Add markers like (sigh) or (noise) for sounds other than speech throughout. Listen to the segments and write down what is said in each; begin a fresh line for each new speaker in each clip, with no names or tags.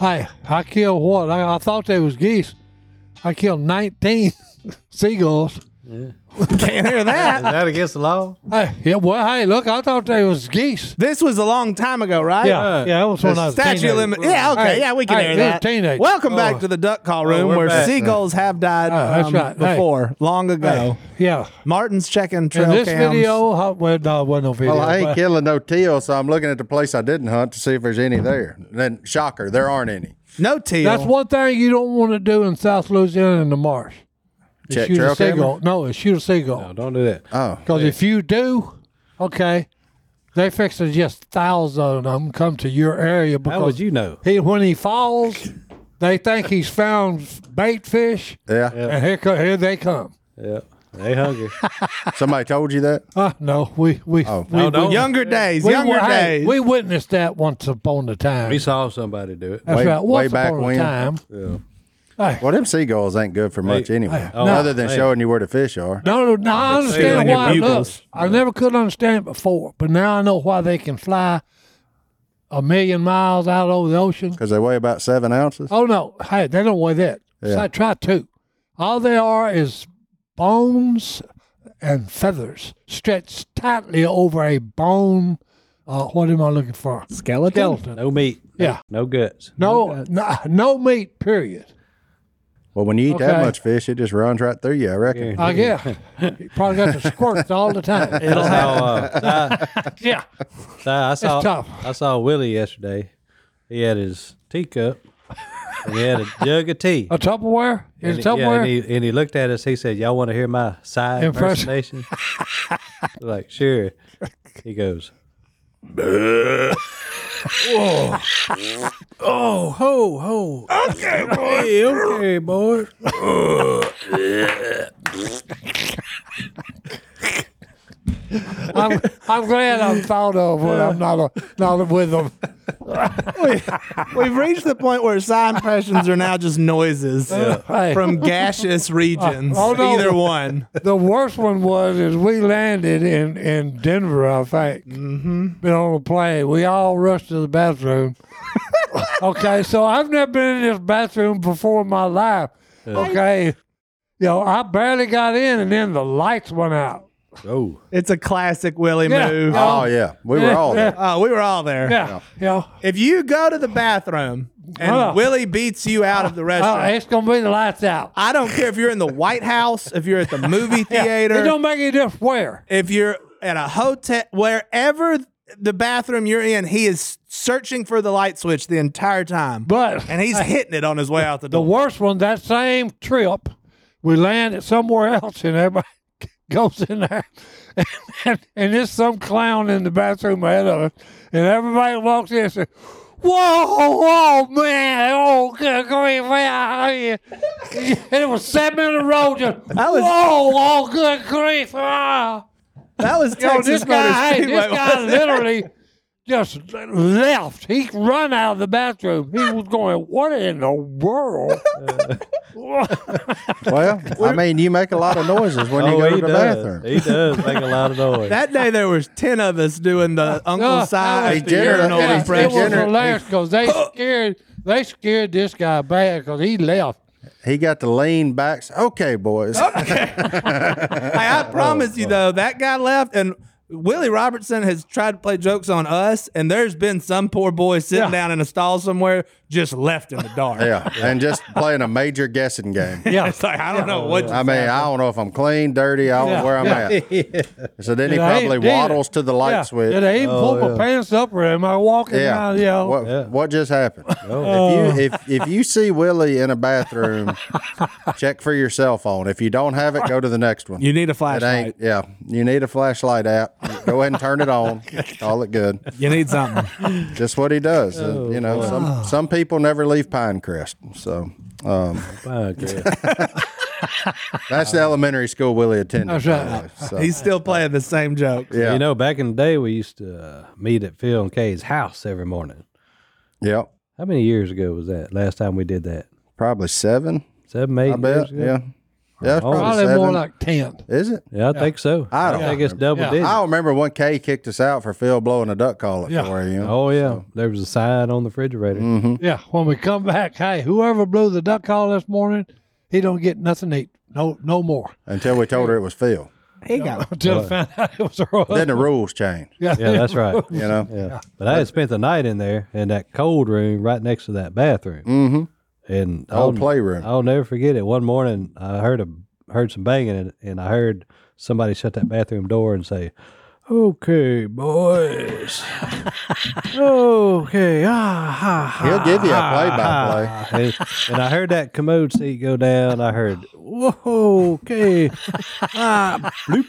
I I killed what I, I thought they was geese. I killed nineteen (laughs) seagulls.
(laughs) Can't hear
(laughs)
Is
that.
that against the law?
Hey, yeah, well, hey, look, I thought they was geese.
This was a long time ago, right?
Yeah, yeah, that was when I was a
Statue
teenager.
limit. Yeah, okay,
Hey,
yeah, we can
hey,
hear
they're
that.
teenagers.
Welcome
Oh.
back to the duck call room,
Oh, we're
where
back.
seagulls have died
Oh, that's
um,
right. Hey.
before, long ago.
Yeah,
Martin's checking trail
in this
cams.
video, I, well, no, it wasn't no video.
Well, I ain't
but-
killing no teal, so I'm looking at the place I didn't hunt to see if there's any there. Then, shocker, there aren't any.
no teal.
That's one thing you don't want to do in South Louisiana in the marsh. is
Check
shoot
trail
a seagull.
camera?
No, is shoot a seagull.
No, don't do that.
Oh,
Because if you do, okay, they fix to just thousands of them come to your area because
How would you know?
he when he falls, they think he's found bait fish,
yeah.
(laughs) and here, co- here they come.
Yeah, they hungry.
Somebody told you that?
Uh, no, we we
Oh.
we,
No, don't.
Oh. younger days,
we,
younger
were- hey,
days.
we witnessed that once upon a time.
we saw somebody do it.
That's
Way-
right,
way
once
back
upon
when.
a time.
Well, them seagulls ain't good for much
Hey,
anyway,
oh,
other than
hey.
showing you where the fish are.
No, no, no I
on
understand
your
why. it
bugles.
does. I never could understand it before, but now I know why they can fly a million miles out over the ocean.
Because they weigh about seven ounces.
Oh no, hey, they don't weigh that. So I try to. All they are is bones and feathers stretched tightly over a bone. Uh, what am I looking for?
Skeleton?
Skeleton.
No meat.
Yeah.
No guts.
No, no, no meat. Period.
Well, when you eat
Okay.
that much fish, it just runs right through you, I reckon.
I guess. You probably got the squirts all the
(laughs)
time.
I saw, (laughs) uh,
yeah.
I, I saw,
tough.
I saw Willie yesterday. He had his teacup and he had a jug of tea.
A Tupperware? Is it
And he- yeah,
Tupperware?
and, he, and he looked at us. He said, "Y'all want to hear my side
Impression.
impersonation?" (laughs) like, sure. He goes, "Whoa, oh, ho, ho, okay, boy, okay, boy."
I'm, I'm glad I'm thought of when I'm not a, not with
(laughs)
them.
(laughs) We've reached the point where sound impressions are now just noises
Hey.
(laughs) from gaseous regions.
oh, no.
Either one.
The worst one was is we landed in in Denver, I think. Mm-hmm. Been on a plane. We all rushed to the
(laughs)
bathroom. okay, so I've never been in this bathroom before in my life. Okay, you know I barely got in, and then the lights went out.
Oh,
It's a classic Willie
Yeah.
move.
Yeah.
Oh, yeah. We were
(laughs)
all there.
Oh, we were all there.
Yeah, yeah.
If you go to the bathroom and
Oh.
Willie beats you out
(laughs)
of the
Oh,
restaurant,
it's gonna be the lights out.
I don't care if you're in the White House, if you're at the
(laughs)
movie
It
theater,
don't make any difference where.
if you're at a hotel, wherever the bathroom you're in, he is searching for the light switch the entire time.
But
and he's hitting it on his way out the
The
door.
worst one, that same trip, we landed somewhere else and everybody (laughs) goes in there. And, and, there's some clown in the bathroom ahead of us. And everybody walks in and says, Whoa, whoa, man. Oh, good grief. man, I- (laughs) And it was seven in a row. Just,
That was-
whoa, oh, good grief. Ah.
that was
Yo,
Texas
this
Motor
guy, hey,
Speedway,
this (laughs) guy
wasn't it?
literally just left. He run out of the bathroom. He was going, What in the
(laughs)
world? Uh,
Well, I mean, you make a lot of noises when you
oh,
go
he
to the
does.
bathroom.
He does make a lot of noise.
That day there was ten of us doing the
(laughs)
Uncle
Uh, I
Si
was
the
generous.
urinal
Yeah,
Yeah, it was
impression.
generous.
hilarious because
(laughs)
they scared they scared this guy bad because he left.
He got to lean back.
(laughs)
Okay, boys.
Hey,
(laughs)
I
Oh,
promise you though, that guy left and Willie Robertson has tried to play jokes on us, and there's been some poor boy sitting
Yeah.
down in a stall somewhere
just left in the dark.
Yeah, and just playing a major guessing game.
Yeah.
(laughs) It's like I don't know what.
I mean, I don't know if I'm clean, dirty. I don't
Yeah.
know where I'm at. So then he
Did I even-
probably
did I-
waddles to the light
yeah.
switch.
Did I even pull my pants up or am I walking
yeah.
around? Yeah.
What, what just happened? If you if if you see Willie in a bathroom, check for your cell phone. If you don't have it, go to the next one.
You need a
it
flashlight.
ain't. Yeah, you need a flashlight app. Go ahead and turn it on. Call it good.
You need something.
(laughs) Just what he does. And, you know, some some people never leave Pinecrest. So um,
My God.
that's the elementary school Willie attended.
That's right.
by the way. So,
He's still playing the same joke.
yeah.
You know, back in the day, we used to uh, meet at Phil and Kay's house every morning.
yeah.
How many years ago was that? Last time we did that,
Probably seven.
seven, eight
I
years
bet.
ago.
Yeah. Yeah, it's probably,
Probably
seven.
more like 10.
Is it?
Yeah, I think so.
I don't
think it's double
Yeah.
digits.
I remember when Kay kicked us out for Phil blowing a duck call at
Yeah.
4 a.m.
Oh yeah, there was a sign on the refrigerator.
Mm-hmm. Hmm?
Yeah. When we come back, hey, whoever blew the duck call this morning, he don't get nothing to eat. No, no more.
until we told her it was Phil.
He got
Until I found out it was her
Then
husband.
the rules changed,
Yeah.
Yeah, that's
(laughs)
right.
you know?
Yeah, but I had spent the night in there in that cold room right next to that bathroom.
Mm-hmm.
And
Old
I'll-
playroom.
I'll never forget it. One morning, I heard a heard some banging, and, and I heard somebody shut that bathroom door and say, "Okay, (laughs) boys. okay, ah, ha, ha,
He'll give you
(laughs)
a
ha." And, and I heard that commode seat go down. I heard, "Whoa, okay, ah, bloop,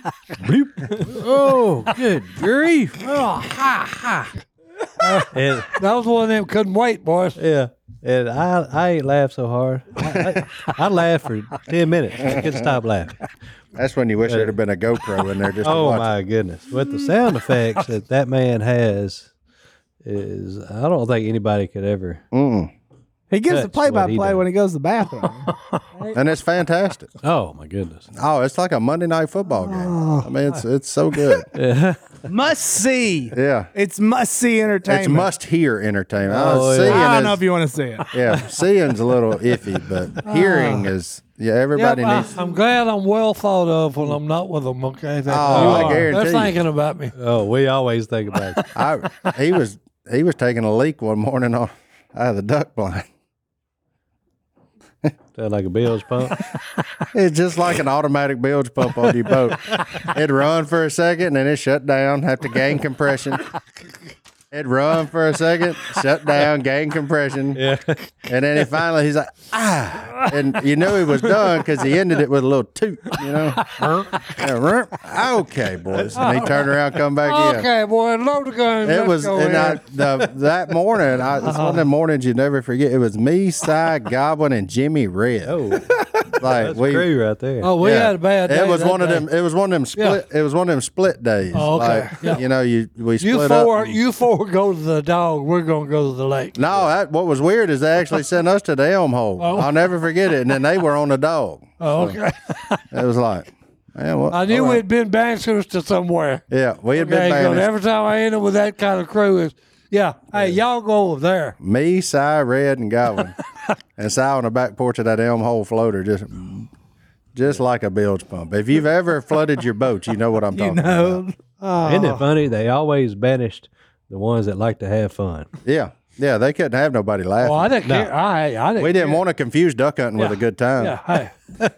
bloop. Oh, good grief! Oh, ha, ha." And-
(laughs) That was one of them couldn't wait, boys.
yeah. And I, I ain't laughed so hard. I, I, I laughed for 10 minutes. I couldn't stop laughing.
That's when you wish there'd have been a GoPro in there just to
Oh,
watch. it.
my goodness. With the sound effects that that man has is, I don't think anybody could ever.
Mm-mm.
He gives the
That's what he
play by play
does.
when he goes to the bathroom.
And it's fantastic.
Oh, my goodness.
Oh, it's like a Monday night football game. I mean, it's it's so good.
(laughs) must see.
Yeah.
It's must see entertainment.
It's must hear entertainment.
Oh,
Oh,
yeah.
seeing
I
is,
don't know if you want to see it.
(laughs) yeah, seeing's a little iffy, but hearing is yeah.
Yeah,
Everybody
I,
needs.
am glad I'm well thought of when I'm not with them. Okay, They-
Oh,
you
I
are.
guarantee
they're
you.
thinking about me.
Oh, we always think about it.
I he was he was taking a leak one morning on out of the duck blind.
Sound like a Bill's pump.
It's just like an automatic bilge pump on your boat. It'd run for a second and then it shut down, have to gain compression. It'd run for a second, shut down, gain compression.
Yeah.
And then he finally, he's like, ah. And you knew he was done because he ended it with a little toot, you know? Yeah, rrr. okay, boys. And he turned around, come back in.
Oh, Okay, boy, load the gun.
It
Let's
was
go
and
in.
I, the, that morning. I, It's one of
Uh-huh.
the mornings you never forget. It was me, Cy Goblin, and Jimmy Red.
Oh,
like
that's
we
crew right there.
oh, we
yeah.
had a bad day.
It was
that
one
day.
of them. It was one of them split. It was one of them split days.
Oh, okay.
Like,
Yeah.
You know, you we split
You
up.
four, you four go to the dog. We're gonna go to the lake.
no, that, what was weird is they actually sent us to the Elm Hole. I'll never forget it. And then they were on the dog.
Oh, okay.
It was like, man, what?
I knew
all right.
we'd been bouncers to somewhere.
Yeah, we had
Okay,
been
good.
banished.
every time I end up with that kind of crew is, yeah, hey, y'all go over there.
Me, Cy, Red, and
(laughs)
Goblin, and Cy on the back porch of that Elm Hole floater, just, just like a bilge pump. If you've ever flooded your boat, you know what I'm talking about.
Oh.
Isn't it funny? They always banished the ones that like to have fun.
Yeah, yeah, they couldn't have nobody laughing.
Well, I didn't care. I, I didn't.
we didn't want to confuse duck hunting with
Yeah.
a good time.
Yeah, hey,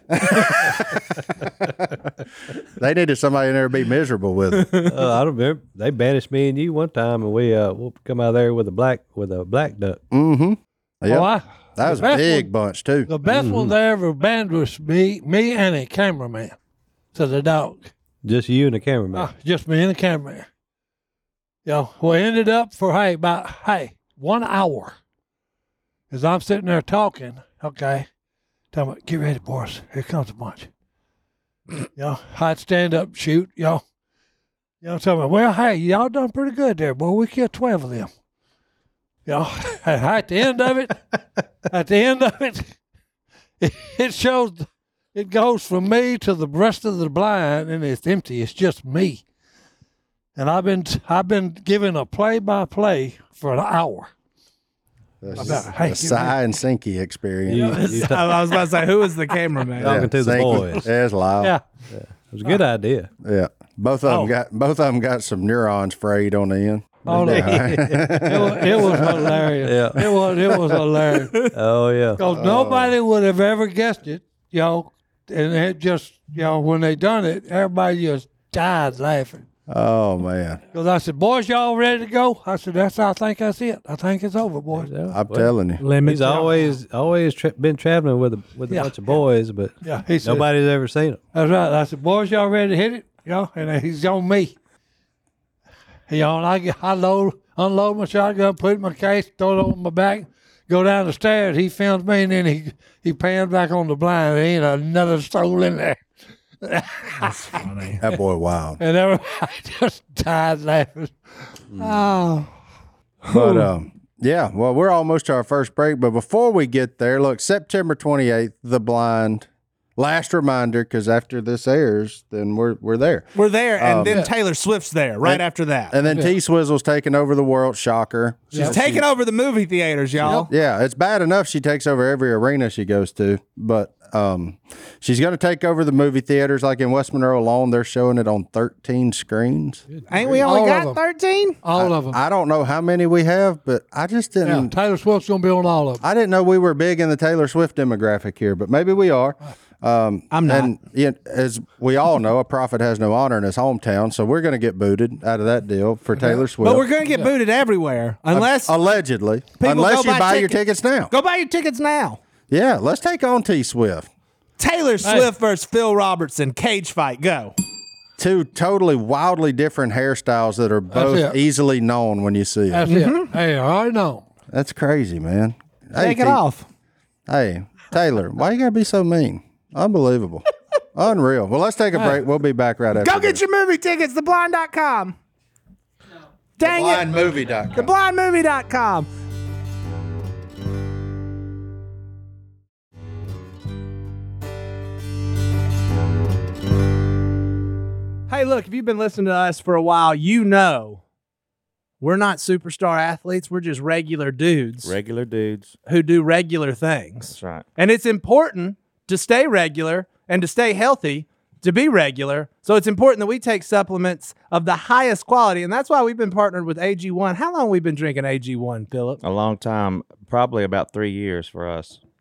They needed somebody in there to be miserable
(laughs)
with them.
Uh, I don't remember. They banished me and you one time, and we uh, we'll come out there with a black with a black duck.
Yep.
well, I,
That was
the
a
best
big
one-
bunch too.
the best one they ever banned was me, me and a cameraman to the dog.
Just you and the cameraman.
Uh, just me and the cameraman. Yeah, we ended up for hey about hey one hour, as I'm sitting there talking. Okay, tell me, get ready, boys. Here comes a bunch. yeah, I'd stand up, shoot. Yeah, yeah. Tell me, well, hey, y'all done pretty good there, boy. We killed twelve of them. Yeah, and (laughs) at the end of it, at the end of it, (laughs) it, it shows it goes from me to the rest of the blind, and it's empty. It's just me. And I've been I've been given a play by play for an hour.
The,
about- hey, give
the
me-
sigh and sinky experience.
You-
Yeah.
(laughs)
you
I I was about to say, who is the cameraman?
Yeah. Talking to the
sinky.
boys.
Yeah, It's loud. Yeah.
Yeah,
It was a good idea.
Both of them
Oh.
got both of them got some neurons frayed on the end.
Oh, no.
(laughs)
it, wa- it
(laughs)
was hilarious.
Yeah.
It was it was
(laughs)
hilarious.
Oh yeah.
Because nobody would have ever guessed it, you know. And it just, you know, when they done it, everybody just died laughing.
Oh man,
Because I said, boys, y'all ready to go? I said, that's, I think that's it. I think it's over, boys.
I'm telling you.
He's always always tra- been traveling with a with a
Yeah.
bunch of boys, but
Yeah, he said,
nobody's ever seen him.
that's right. I said, boys, y'all ready to hit it? You know, and he's on me. You know, and I, get- I load, unload my shotgun, put it in my case, throw it on my back, go down the stairs. He films me, and then he, he pans back on the blind. There ain't another soul in there.
That boy wild.
and everybody (laughs) just died laughing.
Mm.
Oh,
But um, yeah, well, we're almost to our first break. But before we get there, look, September 28th, The Blind. Last reminder, because after this airs, then we're we're there.
We're there, and
Um,
then Taylor Swift's there right
And-
after that.
And then T Swizzle's taking over the world. Shocker.
She's taking over the movie theaters, y'all.
Yeah, it's bad enough she takes over every arena she goes to, but um, she's going to take over the movie theaters. Like in West Monroe alone, they're showing it on 13 screens.
Ain't we
All
only
of
got
them.
thirteen?
all of them.
I don't know how many we have, but I just
yeah,
didn't.
Taylor Swift's gonna be on all of them.
I didn't know we were big in the Taylor Swift demographic here, but maybe we are. Um,
I'm not.
And you know, as we all know, a prophet has no honor in his hometown, so we're going to get booted out of that deal for Taylor Swift.
But we're gonna get booted everywhere unless
allegedly,
people
unless
go
you buy, your
ticket-
tickets now.
Go buy your tickets now.
Yeah, let's take on T Swift.
Taylor Swift versus Phil Robertson cage fight. Go.
Two totally wildly different hairstyles that are both
it.
easily known when you see it.
That's
Mm-hmm.
it. Hey, I already know.
That's crazy, man. Hey,
Take it
T-
off.
Hey, Taylor, why you gotta be so mean? Unbelievable.
(laughs)
Unreal. Well, let's take a break. We'll be back right after.
Go get your movie tickets. TheBlind.com. Dang it.
blindmovie.com.
blindmovie.com. Hey, look, if you've been listening to us for a while, you know we're not superstar athletes. We're just regular dudes
Regular dudes.
who do regular things.
That's right.
And it's important to stay regular and to stay healthy to be regular. So it's important that we take supplements of the highest quality. And that's why we've been partnered with AG1. How long have we been drinking AG1, Philip?
A long time, probably about three years for us.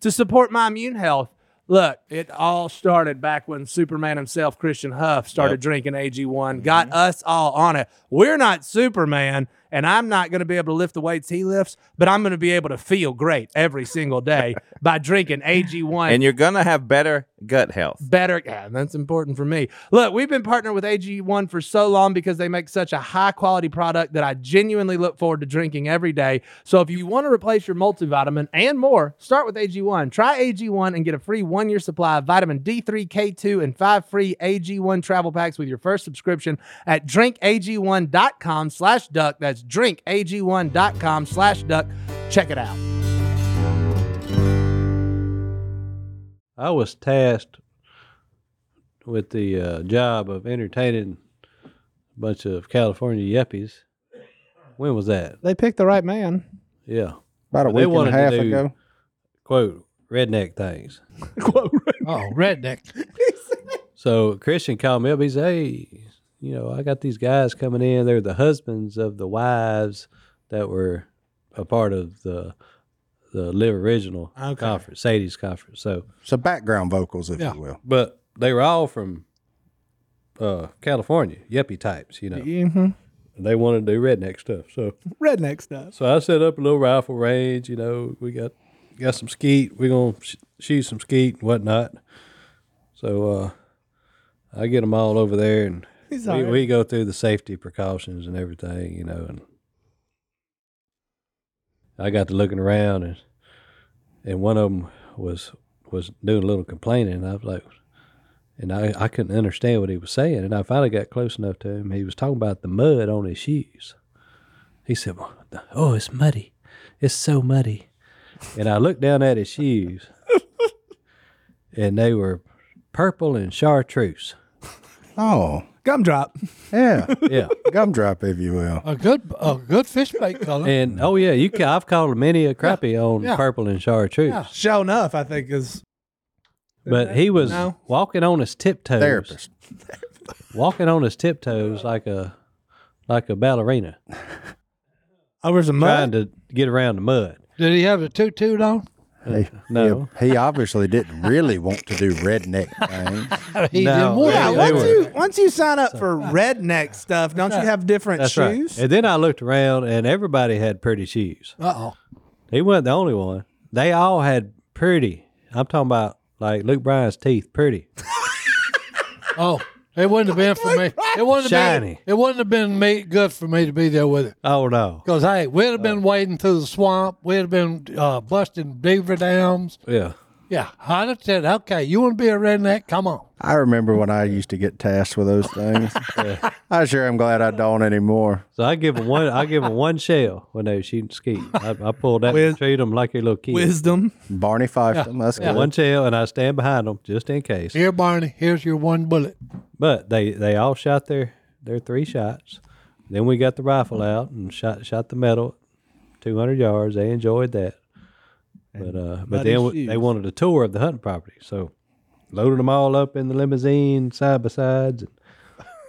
to support my immune health. Look, it all started back when Superman himself, Christian Huff, started drinking AG1, got us all on it. We're not Superman, and I'm not going to be able to lift the weights he lifts, but I'm going to be able to feel great every single day by drinking AG1
and you're going to have better gut health.
better. Yeah, and that's important for me. Look, we've been partnered with AG1 for so long because they make such a high quality product that I genuinely look forward to drinking every day. So if you want to replace your multivitamin and more, start with AG1. Try AG1 and get a free one year supply of vitamin D3, K2, and five free AG1 travel packs with your first subscription at drinkag1.com slash duck. That's drinkag1.com slash duck. Check it out.
I was tasked with the uh, job of entertaining a bunch of California yuppies. When was that?
They picked the right man.
Yeah.
About a
They
week and
wanted
a
to
half
do-
ago.
Quote, redneck things.
Oh, redneck.
So Christian called me up. He said, "Hey, you know, I got these guys coming in. They're the husbands of the wives that were a part of the the live original
Okay.
conference, Sadie's conference. So,
So background vocals, if
Yeah.
you will.
but they were all from uh, California, yuppie types. You know,
Mm-hmm.
they wanted to do redneck stuff. So,
Redneck stuff.
so I set up a little rifle range. You know, we got got some skeet. We're gonna sh- shoot some skeet and whatnot. So uh, I get them all over there and
He's all
we,
right.
we go through the safety precautions and everything, you know, and I got to looking around and and one of them was was doing a little complaining. And I was like, and I I couldn't understand what he was saying, and I finally got close enough to him. He was talking about the mud on his shoes. He said, "Well, "Oh, it's muddy, it's so muddy," and I looked down at
(laughs)
his shoes, and they were purple and chartreuse.
Oh,
Gumdrop.
yeah. (laughs)
(laughs)
Yeah.
Gumdrop, if you will.
A good a good fish bait color.
And oh yeah, you ca I've caught many a crappie on
yeah.
purple and chartreuse.
Yeah.
Show enough, I think, is
But he was
No.
walking on his tiptoes,
Therapist.
walking on his tiptoes
Uh.
like a like a ballerina,
over some
trying
mud.
to get around the mud.
Did he have the tutu on?
He,
No.
he, he obviously didn't really want to do redneck things.
He
No,
didn't want
yeah,
Yeah,
it.
they
once
were-
you once you sign up for redneck stuff, don't you have different
That's
shoes?
right. And then I looked around, and everybody had pretty shoes.
Uh-oh.
He wasn't the only one. They all had pretty. I'm talking about like Luke Bryan's teeth, pretty.
Oh, it wouldn't have been for me. It wouldn't have been.
Shiny.
It wouldn't have been me good for me to be there with it.
Oh no,
Cause hey, we'd have been wading through the swamp. We'd have been uh, busting beaver dams.
yeah,
Yeah, I'd have said, okay, you want to be a redneck? Come on.
I remember when I used to get tasked with those things. I sure am glad I don't anymore.
So I give them one. I give them one shell when they were shooting skeet. I, I pulled that,
Wiz-
treat them like a little kid.
Wisdom.
Barney Fife, that's good.
One shell, and I stand behind them just in case.
Here, Barney. Here's your one bullet.
But they they all shot their their three shots. Then we got the rifle out and shot shot the metal, two hundred yards. They enjoyed that. But uh, but
muddy
then w- they
shoes.
wanted a tour of the hunting property, so loaded them all up in the limousine side by sides, and,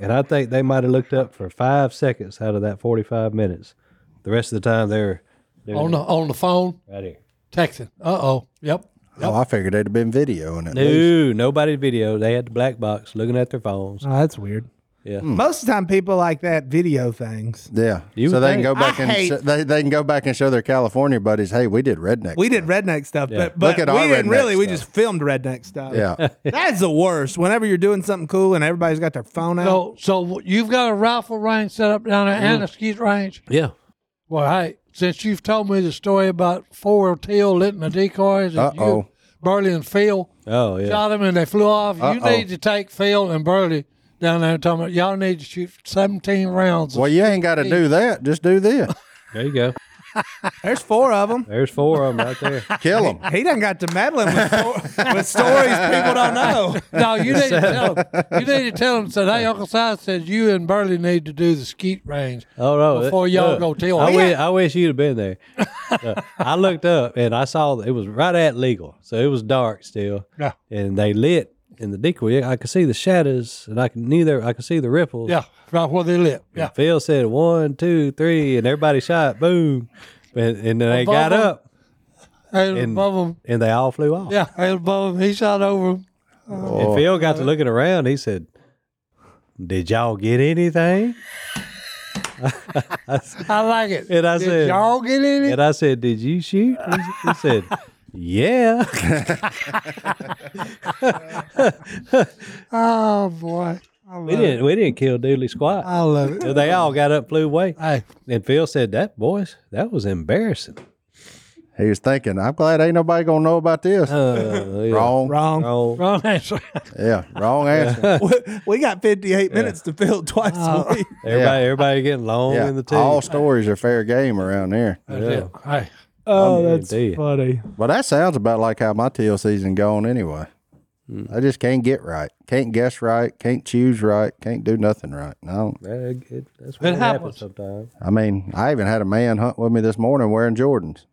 and I think they might have looked up for five seconds out of that forty five minutes. The rest of the time they're they're
On the on the phone,
right here.
texting. Uh oh. Yep.
Oh, I figured they'd have been videoing it.
No, nobody video. They had the black box looking at their phones.
Oh, that's weird.
Yeah.
Hmm.
Most of the time, people like that video things.
Yeah,
You would
so they
think.
can go back
I
and
hate-
sh- they, they can go back and show their California buddies, hey, we did redneck.
We did redneck stuff, but, but
Look at
we
our
didn't
redneck
really. We
stuff.
just filmed redneck stuff.
(laughs) yeah,
That's the worst. Whenever you're doing something cool and everybody's got their phone
So
out.
so you've got a rifle range set up down there and a skeet range.
Yeah.
Well, hey, since you've told me the story about four teal lit in the decoys, and you-
Uh-oh.
Burley and Phil.
Oh yeah.
shot them and they flew off. You
Uh-oh.
need to take Phil and Burley down there and tell them y'all need to shoot 17 rounds.
well, you ain't got to do that. Just do this.
There you go.
There's four of them.
There's four of them right there. (laughs)
Kill them.
He done got to meddling with, sto- with stories people don't know.
no, you
(laughs)
need to tell them. You need to tell them. Said, hey, Uncle Si says you and Burley need to do the skeet range.
Oh no!
Before
it-
y'all
look,
go tell
I
me.
wish, I wish you'd have been there. Look, I looked up and I saw that it was right at legal, so it was dark still.
Yeah.
And they lit in the decoy. I could see the shadows, and I can neither. I could see the ripples.
Yeah, right where they live. Yeah.
Phil said one, two, three, and everybody shot. Boom. And, and then they
Above
got
them.
up
And,
And-
above them.
and they all flew off.
Yeah, and above them. He shot over them.
And Phil got to
Oh.
looking around. He said, "Did y'all get anything?"
I like it.
And I
Did
said-
y'all get in it?
And I said, "Did you shoot?" He, he said, "Yeah."
Oh, boy. I love
We
it.
didn't.
Uh,
We didn't kill Dooley squat.
I love it.
So they all got up, flew away.
Hey,
And Phil said, That boys, that was embarrassing.
He was thinking, I'm glad ain't nobody gonna know about this.
Uh, yeah.
wrong.
Wrong.
Oh,
wrong
Wrong. (laughs)
answer.
Yeah, wrong answer.
(laughs) We got 58 minutes to fill (laughs) twice a week.
Everybody, everybody getting long
yeah,
in the teeth.
all stories are fair game around here.
That's it. Hey,
Oh,
that's
funny.
Well, that sounds about like how my teal season gone anyway. I just can't get right. Can't guess right. Can't choose right. Can't do nothing right. No,
That, it, that's what
It
it happens
happens.
sometimes.
I mean, I even had a man hunt with me this morning wearing Jordans.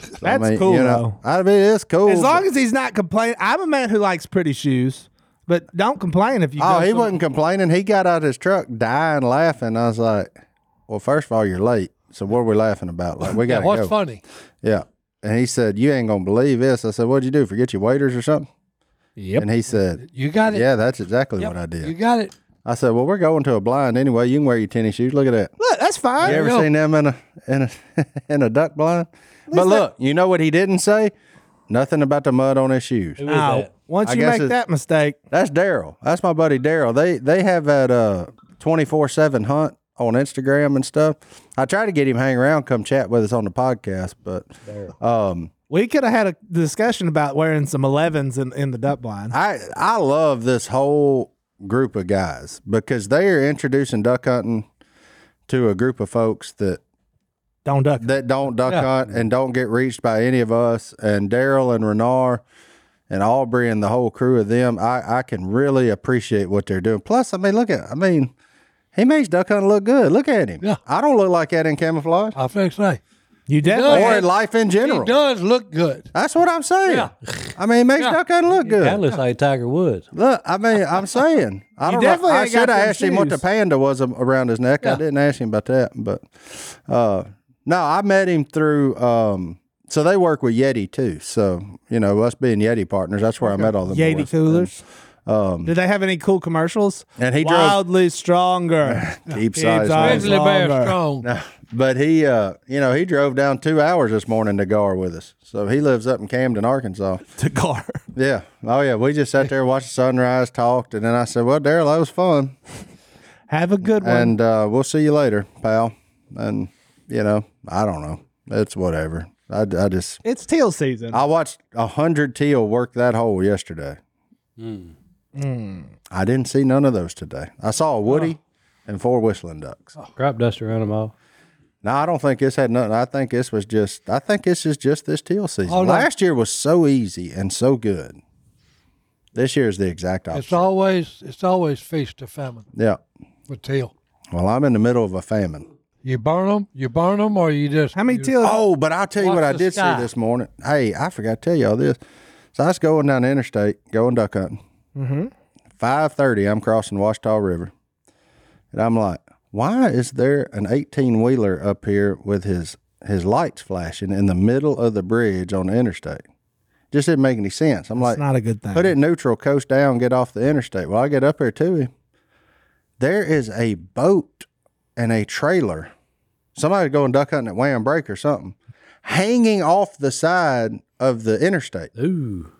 So,
That's cool,
I mean, it's cool.
As long
but-
as he's not complaining, I'm a man who likes pretty shoes, but don't complain if you.
oh,
go
he
some-
wasn't complaining. He got out of his truck dying laughing. I was like, "Well, first of all, you're late. So what are we laughing about? Like, we got
Yeah,
to
what's
go."
funny?
Yeah. And he said, You ain't gonna believe this. I said, What'd you do? Forget your waiters or something?
Yep.
And he said,
You got it.
Yeah, that's exactly
Yep,
what I
You
did.
got it.
I said, Well, we're going to a blind anyway. You can wear your tennis shoes. Look at that.
Look, that's fine.
You ever
go.
seen them in a in a (laughs) in a duck blind? But look, you know what he didn't say? Nothing about the mud on his shoes.
Who is
Ow.
that?
once
I
you
guess
make
it's-
that mistake,
That's Daryl. That's my buddy Daryl. They they have that uh twenty four seven hunt on Instagram and stuff. I try to get him to hang around, come chat with us on the podcast, but um
we could have had a discussion about wearing some 11s in, in the duck blind.
I I love this whole group of guys because they are introducing duck hunting to a group of folks that
Don't duck.
that don't duck hunt and don't get reached by any of us. And Daryl and Renard and Aubrey and the whole crew of them, I I can really appreciate what they're doing. Plus, I mean, look at I mean. He makes duck hunting look good. Look at him.
Yeah.
I don't look like that in camouflage
I think so.
You definitely.
or in life in
He
general.
does look good.
That's what I'm saying.
Yeah.
I mean, he makes duck hunting look good.
That looks like Tiger Woods.
Look, I mean, I'm saying I don't. Know,
definitely
I
ain't
should have
got them
asked him what the
shoes.
panda was a- around his neck. I
Yeah.
didn't ask him about that, but uh, no, I met him through. Um, so they work with Yeti too. So you know, us being Yeti partners, that's where I met all the
Yeti
boys.
coolers.
Um,
Did they have any cool commercials?
and he drove (laughs)
Wildly stronger.
deep
Keeps
size.
eyes
man.
Grizzly bear
longer.
strong.
But he, uh, you know, he drove down two hours this morning to Gar with us. So he lives up in Camden, Arkansas.
to car.
Yeah. Oh yeah. We just sat there, watched the sunrise, talked, and then I said, "Well, Daryl, that was fun."
Have a good one.
and uh, we'll see you later, pal. And you know, I don't know. It's whatever. I, I just
it's teal season.
I watched a hundred teal work that hole yesterday.
Hmm.
I didn't see none of those today. I saw a woody and four whistling ducks.
Crop duster on them all.
No, I don't think this had nothing. I think this was just. I think this is just this teal season.
Hold on.
Last year was so easy and so good. This year is the exact
It's
opposite.
always it's always feast or famine
yeah.
with teal.
Well, I'm in the middle of a famine.
You burn them, you burn them, or you just
How many teal?
Oh, but I'll tell you what
Watch
I
the
did
sky.
see this morning. Hey, I forgot to tell y'all this. So I was going down the interstate, going duck hunting.
Mm-hmm.
Five thirty, I'm crossing Washita River, and I'm like, why is there an eighteen wheeler up here with his his lights flashing in the middle of the bridge on the interstate? Just didn't make any sense. I'm
it's
like,
not a good thing.
put it neutral, coast down, get off the interstate. Well, I get up here to him. There is a boat and a trailer. Somebody going duck hunting at Wham Break or something, hanging off the side of the interstate.
Ooh.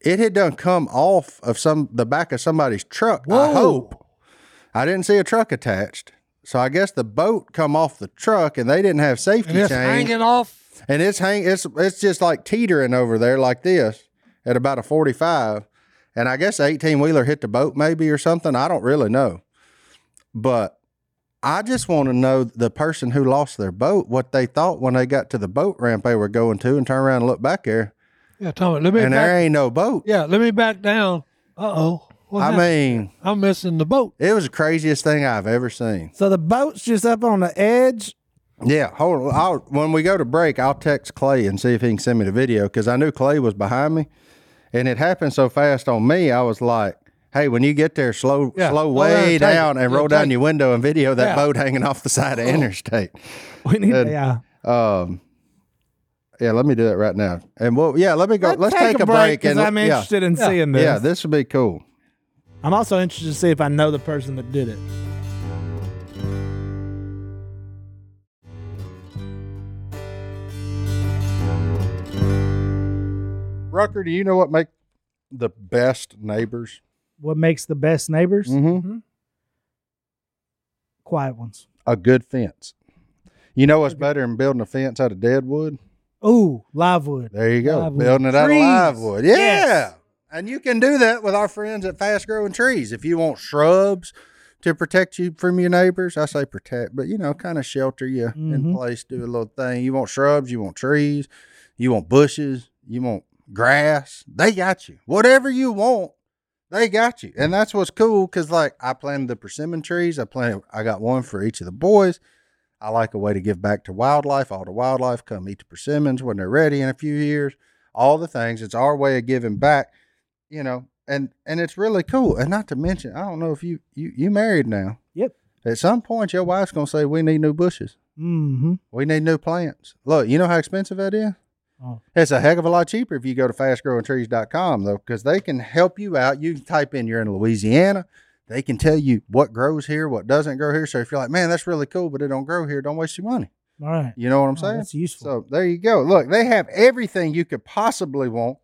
It had done come off of some the back of somebody's truck. I hope. I didn't see a truck attached. So I guess the boat come off the truck and they didn't have safety
and it's
chain.
hanging off.
And it's hang it's it's just like teetering over there like this at about a 45. And I guess 18 wheeler hit the boat maybe or something. I don't really know. But I just want to know the person who lost their boat what they thought when they got to the boat ramp they were going to and turn around and look back there.
Yeah, Tommy. Let me.
And
back,
there ain't no boat.
yeah, let me back down. Uh oh.
I mean,
I'm missing the boat.
it was the craziest thing I've ever seen.
so the boat's just up on the edge. (laughs)
Yeah, hold on. I'll, when we go to break, I'll text Clay and see if he can send me the video because I knew Clay was behind me, and it happened so fast on me. I was like, "Hey, when you get there, slow,
Yeah,
slow
hold on and
way
take
down
it.
and
Yeah,
roll down
take
your window and video that
Yeah.
boat hanging off the side of interstate."
We need.
And-
yeah.
Um, yeah, let me do that right now, and well, yeah, let me go. Let's, take, a break.
'cause
and
I'm
yeah,
interested in seeing this.
yeah, this would be cool.
I'm also interested to see if I know the person that did it.
Rucker, do you know what make the best neighbors?
What makes the best neighbors?
Mm-hmm.
Quiet ones.
A good fence. You know what's better than building a fence out of dead wood?
Ooh, live wood.
There you go.
Live wood.
Building it out
Trees.
of live wood. Yeah.
Yes.
And you can do that with our friends at Fast Growing Trees. If you want shrubs to protect you from your neighbors, I say protect, but you know, kind of shelter you in
Mhm.
place, do a little thing. You want shrubs, you want trees, you want bushes, you want grass. They got you. Whatever you want, They got you, and that's what's cool. Cause like I planted the persimmon trees. I planted. I got one for each of the boys. I like a way to give back to wildlife. All the wildlife come eat the persimmons when they're ready in a few years. All the things. It's our way of giving back. You know, and and it's really cool. And not to mention, I don't know if you you you married now.
Yep.
At some point, your wife's gonna say, "We need new bushes.
Mm-hmm.
We need new plants." Look, you know how expensive that is.
Oh.
It's a heck of a lot cheaper if you go to fastgrowingtrees.com though, because they can help you out. You can type in you're in Louisiana. They can tell you what grows here, what doesn't grow here. So if you're like, man, that's really cool, but it don't grow here, don't waste your money.
All right.
You know what I'm
Oh,
saying?
that's useful.
So there you go. Look, they have everything you could possibly want,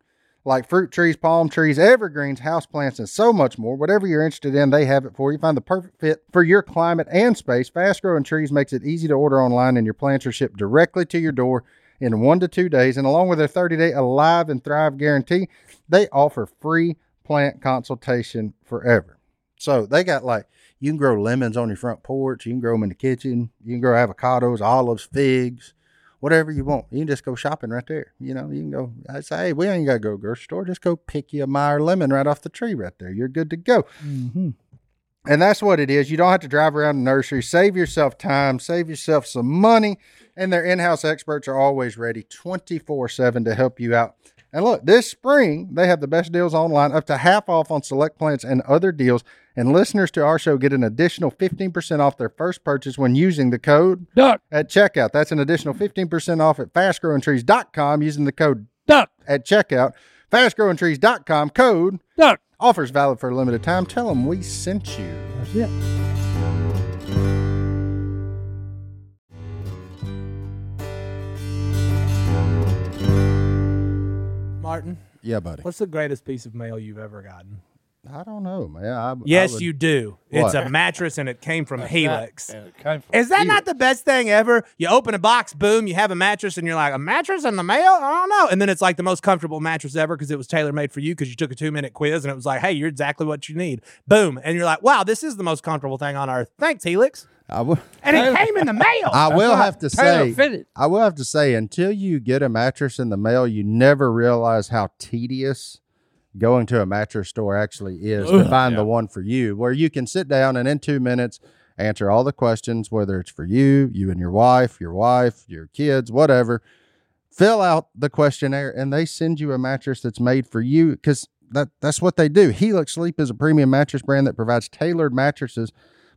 like fruit trees, palm trees, evergreens, houseplants, and so much more. Whatever you're interested in, they have it for you. Find the perfect fit for your climate and space. Fast growing trees makes it easy to order online, and your plants are shipped directly to your door in one to two days. And along with their 30 day Alive and Thrive guarantee, they offer free plant consultation forever. So they got like you can grow lemons on your front porch, you can grow them in the kitchen, you can grow avocados, olives, figs, whatever you want. You can just go shopping right there. You know, you can go. I say, hey, we ain't gotta go to the grocery store. Just go pick you a Meyer lemon right off the tree right there. You're good to go.
Mm-hmm.
And that's what it is. You don't have to drive around the nursery. Save yourself time, save yourself some money. And their in house experts are always ready 24 7 to help you out. And look, this spring, they have the best deals online, up to half off on select plants and other deals. And listeners to our show get an additional 15% off their first purchase when using the code
Duck,
at checkout. That's an additional 15% off at fastgrowingtrees.com using the code
duck,
at checkout. Fastgrowingtrees.com code
duck.
offers valid for a limited time. Tell them we sent you.
That's it.
Martin,
Yeah, buddy.
what's the greatest piece of mail you've ever gotten?
I don't know, man. I, I
Yes,
would-
you do. It's
What?
a mattress and it came from Helix.
And it came from-
Is that not the best thing ever? You open a box, boom, you have a mattress, and you're like, a mattress in the mail? I don't know. And then it's like the most comfortable mattress ever because it was tailor made for you because you took a two minute quiz and it was like, hey, you're exactly what you need. Boom. And you're like, wow, this is the most comfortable thing on earth. Thanks, Helix.
I would-
And it came in the mail.
I will have to say,
tailor-fitted.
I will have to say, until you get a mattress in the mail, you never realize how tedious going to a mattress store actually is to find the one for you, where you can sit down and in two minutes answer all the questions, whether it's for you, you and your wife, your wife, your kids, whatever. Fill out the questionnaire and they send you a mattress that's made for you because that, that's what they do. Helix Sleep is a premium mattress brand that provides tailored mattresses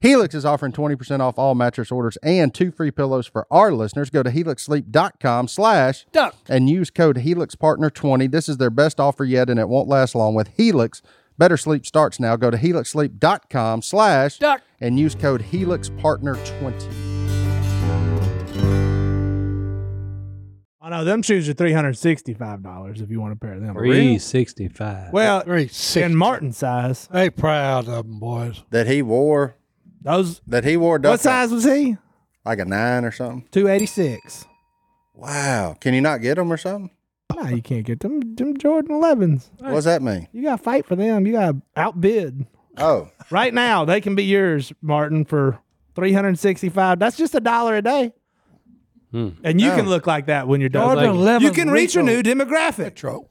Helix is offering 20% off all mattress orders and two free pillows for our listeners. Go to helixsleep.com slash
Duck.
and use code HelixPartner20. This is their best offer yet, and it won't last long with Helix. Better sleep starts now. Go to helixsleep.com slash
Duck.
and use code HelixPartner20.
no, them shoes are three hundred sixty-five dollars if you want a pair of them.
Three sixty-five.
Well,
Three six.
in Martin size,
They proud of them boys.
that he wore.
those.
That he wore.
What
duck
size was he?
Like a nine or something.
Two eighty-six.
Wow. Can you not get them or something?
No, you can't get them. Them Jordan Elevens.
What's that mean?
You got to fight for them. You got to outbid.
Oh,
Right now, they can be yours, Martin, for three hundred sixty-five. That's just a dollar a day. And you can look like that when you're done.
Jordan
playing.
11
you can reach your
Rico.
new demographic.
Retro.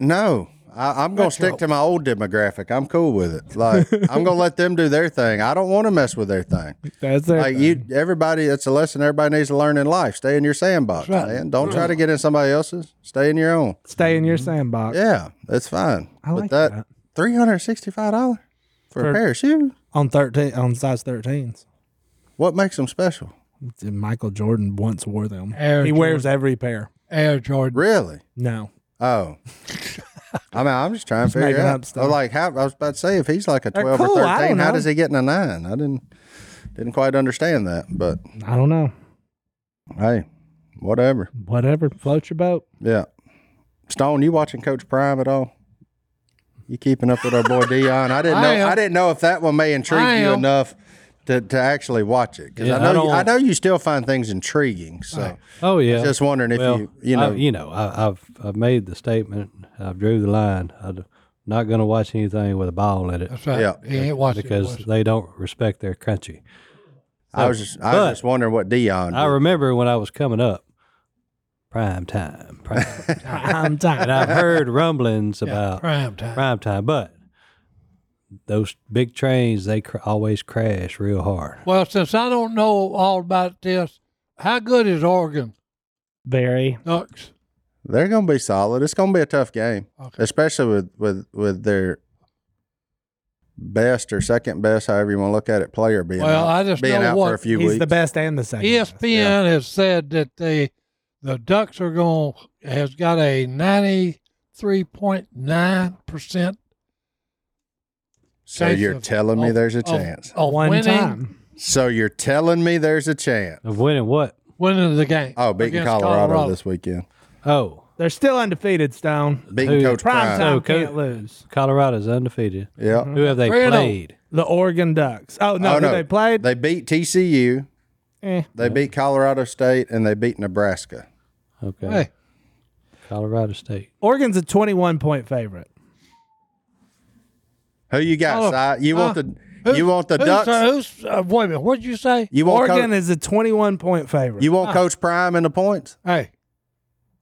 no. I, I'm gonna stick to my old demographic. I'm cool with it. Like I'm gonna let them do their thing. I don't want to mess with their thing.
That's their
Like you, everybody. That's a lesson everybody needs to learn in life. Stay in your sandbox,
That's right.
man. Don't try to get in somebody else's. Stay in your own.
Stay in your sandbox
Yeah, that's fine.
I like that.
three hundred sixty-five dollars for,
For-
a pair of shoes.
on thirteen on size thirteens.
What makes them special?
Michael Jordan once wore them.
Air
he
Jordan.
wears every pair.
Air Jordan.
Really?
No,
Oh. I mean, I'm just trying to figure
making
out.
up stuff.
Oh, Like, how I was about to say, if he's like a
They're
twelve
cool,
or
I
thirteen,
don't
how
know.
does he get in a nine? I didn't didn't quite understand that, but
I
(laughs)
don't know.
hey, whatever.
Whatever floats your boat.
Yeah. Stone, you watching Coach Prime at all? You keeping up with our boy Dion? I didn't know.
I am.
I didn't know if that one may intrigue
I
you
am.
enough to, to actually watch it because
Yeah,
I
I
know you- I,
don't-
know you still find things intriguing. So
Oh yeah.
just wondering if
Well,
you you know
I, you know, I, I've I've made the statement. I've drew the line. I'm not going to watch anything with a ball in it
That's right.
Yeah.
He ain't watching
because
boys.
they don't respect their country.
I was just I
but-
was just wondering what Dion.
I
did.
remember when I was coming up, prime time, prime time.
I'm tired.
and I've (laughs) heard rumblings about
prime time.
prime time, but those big trains they cr- always crash real hard.
Well, since I don't know all about this, how good is Oregon
Very.
Ducks?
They're going to be solid. It's going to be a tough game,
Okay.
especially with with with their best or second best, however you want to look at it, player being
Well,
out,
I just
being
know
out
what-
for a few
He's
weeks.
the best and the second. best.
ESPN has said that they the Ducks are going has got a ninety three point nine percent.
so you're telling
Oh,
me there's a chance.
of
One
winning,
time.
So you're telling me there's a chance.
Oh,
Of winning what?
winning the game.
Oh, beating
against
Colorado, this weekend.
Oh,
They're still undefeated, Stone.
Beating
Who-
Coach
Prime
Prime.
time
Okay.
can't lose.
Colorado's undefeated.
Yeah.
Who have they
Three and oh.
played?
The Oregon Ducks. Oh no,
Oh,
who
no.
they played.
They beat TCU.
Eh.
They beat Colorado State and they beat Nebraska.
Okay,
Hey,
Colorado State.
Oregon's a twenty-one point favorite.
Who you got?
Oh,
Si? You want
uh,
the
who-
you want the
who's,
Ducks?
Uh, who's, uh, wait a minute. What did you say?
you want
Oregon
Co-
is a twenty-one point favorite.
you want Coach Prime and the points?
Hey,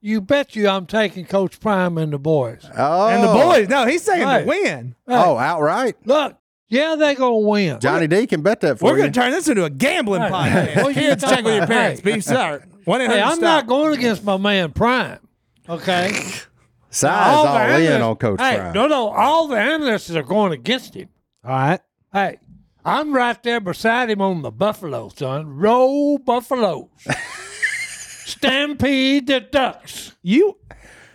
you bet you I'm taking Coach Prime and the boys.
Oh,
and the boys. No, he's saying
Right.
to win.
Oh, outright.
Look, yeah, they gonna win.
Johnny D can bet that for
We're
you.
going to turn this into a gambling
Hey,
podcast. (laughs)
what you
Kids, check with your
talking-
parents.
Hey.
Be smart. One
Hey, I'm not going against my man Prime. Okay.
Si is all in
analysts-
on Coach
hey,
Prime.
No, no, all the analysts are going against him.
All right.
Hey, I'm right there beside him on the buffalo, son. Roll
(laughs)
buffaloes. Stampede the ducks.
You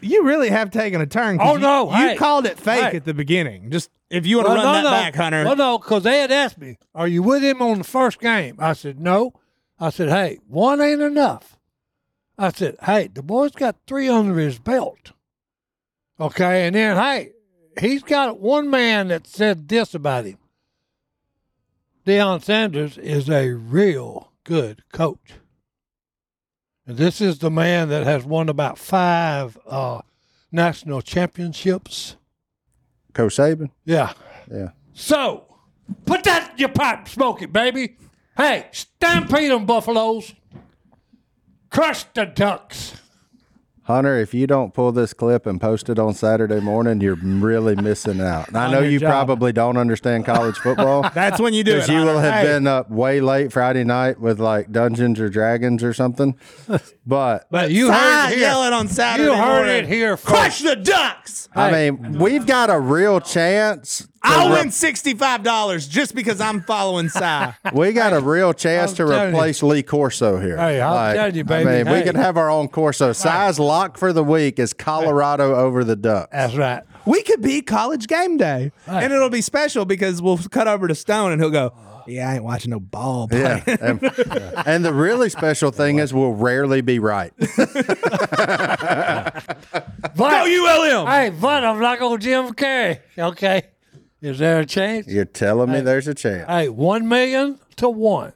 you really have taken a turn. 'cause
Oh,
you-
no.
You
Hey.
called it fake
Hey.
at the beginning. Just if you want to
Well,
run
no,
that
no.
back, Hunter.
Well, no, because they had asked me, "Are you with him on the first game?" I said, "No." I said, "Hey, one ain't enough." I said, "Hey, the boy's got three under his belt." Okay, and then hey, he's got one man that said this about him. Deion Sanders is a real good coach. And this is the man that has won about five uh, national championships.
Coach Saban.
Yeah.
Yeah.
So, put that in your pipe and smoke it, baby. Hey, stampede them buffaloes. Crush the ducks.
Hunter, if you don't pull this clip and post it on Saturday morning, you're really missing out. And I know
your
you
job.
probably don't understand college
(laughs)
football.
That's when you do
Because
it.
you
Hunter.
will have
Hey,
been up way late Friday night with like Dungeons or Dragons
(laughs)
or something. But
But you heard
sign
it here.
yelling on Saturday.
You heard
morning,
it here
Crush
first.
the Ducks.
I mean, we've got a real chance. to
I'll
re-
win sixty-five dollars just because I'm following (laughs) Cy.
We got a real chance to
I'm telling you.
replace Lee Corso here.
Hey, I'm telling you, baby.
I mean, we
Hey.
can have our own Corso. Size lock for the week is Colorado over the Ducks.
That's right.
we could be college game day, and it'll be special because we'll cut over to Stone and he'll go, Yeah, I ain't watching no ball. Play.
Yeah.
(laughs)
And, and the really special thing is we'll rarely be right.
But,
ULM.
hey, but I'm like old Jim Carrey. Okay. Is there a chance?
You're telling me there's a chance.
Hey, one million to one.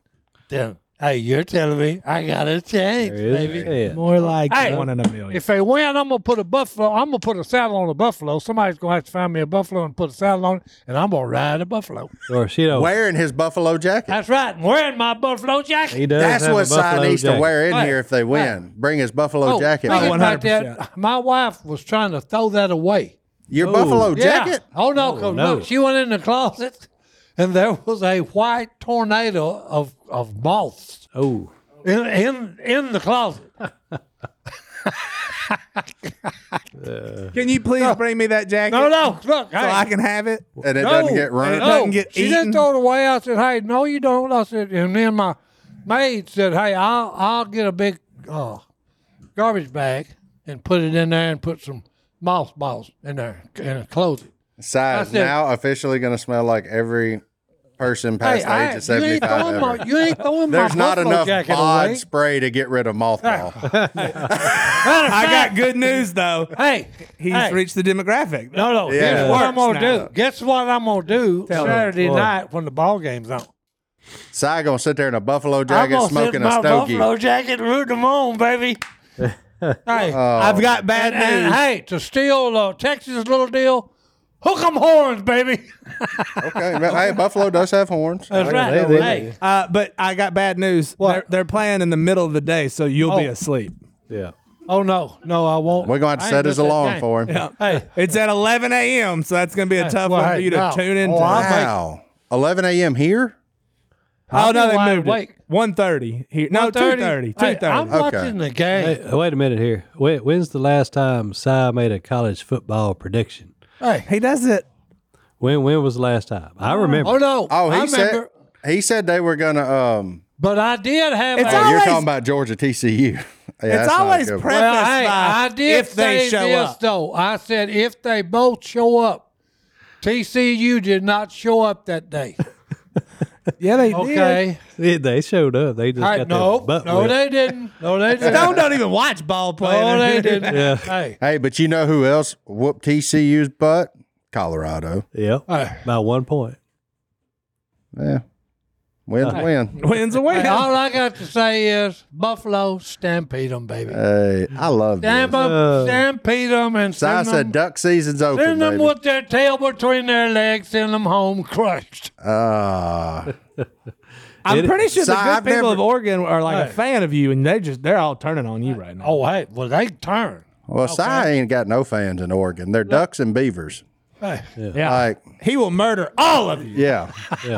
Then, hey, you're telling me I got a chance,
There is
baby.
a chance.
More like
Hey,
One in a million.
If they win, I'm gonna put a buffalo. I'm gonna put a saddle on a buffalo. Somebody's gonna have to find me a buffalo and put a saddle on it, and I'm gonna ride a buffalo.
Or she
Oh.
don't.
Wearing his buffalo jacket.
That's right. I'm wearing my buffalo jacket.
He does.
That's
have a
what Si
buffalo
needs to
jacket.
wear in
Right, Oh,
here if they win. Bring his buffalo jacket.
thinking
on.
about that, my wife was trying to throw that away.
Your buffalo
Yeah.
jacket?
Oh no, 'cause
no.
look, she went in the closet, and there was a white tornado of of moths
Oh,
in in, in the closet.
Can you please bring me that jacket?
No, no, look,
So
hey,
I can have it.
And it
no,
doesn't get
It
run.
no.
doesn't get
she
eaten?
just threw it away. I said, "Hey, no, you don't." I said, and then my maid said, "Hey, I'll I'll get a big uh, garbage bag and put it in there and put some moth balls in there and close it."
Si is
said-
now officially going to smell like every person past
Hey,
the
I,
age of
you ain't
75
throwing
ever.
my you ain't throwing
There's
my
not
buffalo
enough
jacket
bod
away.
spray to get rid
(laughs)
of mothball.
Matter of
I got
fact,
good news though.
Hey,
He's
hey,
reached the demographic.
No, no.
Yeah.
Guess what I'm gonna
Works now.
do? Guess what I'm gonna do
Tell me.
Saturday
What?
night when the ball game's on?
Si going to sit there in a buffalo
I'm
jacket
gonna
smoking
sit in
a
my
stogie. Uh,
buffalo jacket, and root them on,
(laughs)
baby. hey,
I've got bad
and, and
news.
hey, to steal uh, Texas little deal, hook 'em horns, baby. (laughs)
Oh, Okay. but, Hey, buffalo does have horns.
That's right.
they- they-
(laughs) hey,
Uh, but I got bad news. They're, they're playing in the middle of the day, so you'll be
Oh.
asleep.
yeah.
oh no, no, I won't.
We're going to
I
have
ain't
to set his
with that
alarm
game.
for him.
Yeah.
Hey,
It's at 11 a.m., so that's going to be a tough
well,
one for
hey,
you to
no.
tune into.
Oh, I-
Wow. 11 a.m. here?
oh no,
I'm
they
wide
moved
awake.
it. 1.30 here. No, 2.30.
2:30. Hey, I'm
2.30.
watching the game.
Hey, wait a minute here. Wait, when's the last time Si made a college football prediction?
He does it.
When when was the last time? I remember.
Oh no!
Oh,
I
he said
remember,
he said they were going to. um.
but I did have.
It's
a-
Oh,
always-
you're talking about Georgia TCU. (laughs) Yeah, that's
it's
not a
always
good one.
prefaced
Well, hey,
by
I did
if they
say
show
this,
up.
though. I said if they both show up, TCU did not show up that day.
(laughs) Yeah, they
Okay.
They, they showed up. They just
All
got
right. No,
their butt
no,
whipped.
they didn't. No, they
did.
didn't.
Stone don't even watch ball play.
no, they didn't.
(laughs) Yeah.
Hey,
Hey, but you know who else whooped TCU's butt? Colorado.
Yep.
hey,
By one point.
Yeah. Wins, win.
Wins a win.
hey, all I got to say is Buffalo stampede them, baby.
Hey, I love
Stamp
this.
'em,
Uh,
stampede them, and
So I
send
said
them,
duck season's open.
send them
baby.
with their tail between their legs, send them home crushed.
Ah.
I'm pretty sure the
So
good
I've
people
never-
of Oregon are like a
Hey.
fan of you, and they just they're all turning on you right now.
Oh, hey, well they turn.
well, Si ain't got no fans in Oregon. They're ducks and beavers.
Hey.
yeah,
Like,
he will murder all of you.
(laughs)
yeah.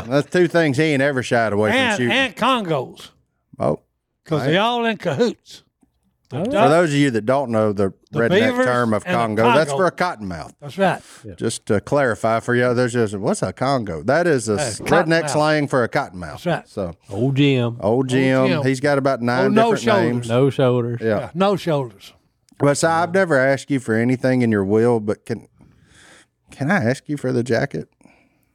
That's two things he ain't ever shied away from
And
shooting.
and Congos.
oh.
Because they all in cahoots. The duck-
For those of you that don't know the, redneck
beavers
term of
and the
Congo, that's
Congo.
for a cottonmouth.
that's right.
Just to clarify for you, there's just what's a Congo? That is a s- redneck
cottonmouth.
slang for a cottonmouth.
That's right.
So
Old Jim.
old Jim,
Jim.
he's got about nine
Old No
different
Shoulders.
names.
No shoulders.
Yeah.
No shoulders.
But so I've never asked you for anything in your will, but can can I ask you for the jacket?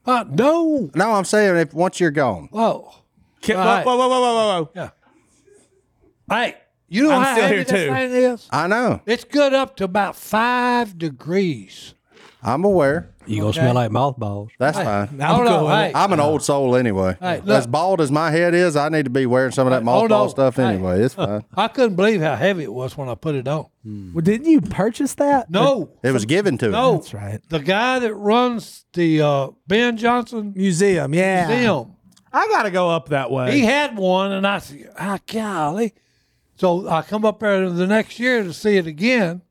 Uh, no.
No, I'm saying if once you're gone.
Whoa.
Can-
Right.
Whoa, whoa, whoa, whoa, whoa, whoa!
Hey, you know
I'm
how
still
heavy
here,
this
too.
thing is?
I know.
It's good up to about five degrees.
I'm aware.
You gonna smell like mothballs.
That's fine.
I'm
Hold on,
cool with
hey.
it.
I'm an old soul anyway.
Hey, look.
as bald as my head is, I need to be wearing some of that
hold
mothball
on.
stuff
Hey.
anyway. It's fine.
I couldn't believe how heavy it was when I put it on.
Well, didn't you purchase that?
No.
It was given to
No.
him.
that's right.
The guy that runs the uh, Ben Johnson
Museum, yeah.
Museum,
I gotta go up that way.
he had one, and I said, ah, golly. So I come up there the next year to see it again.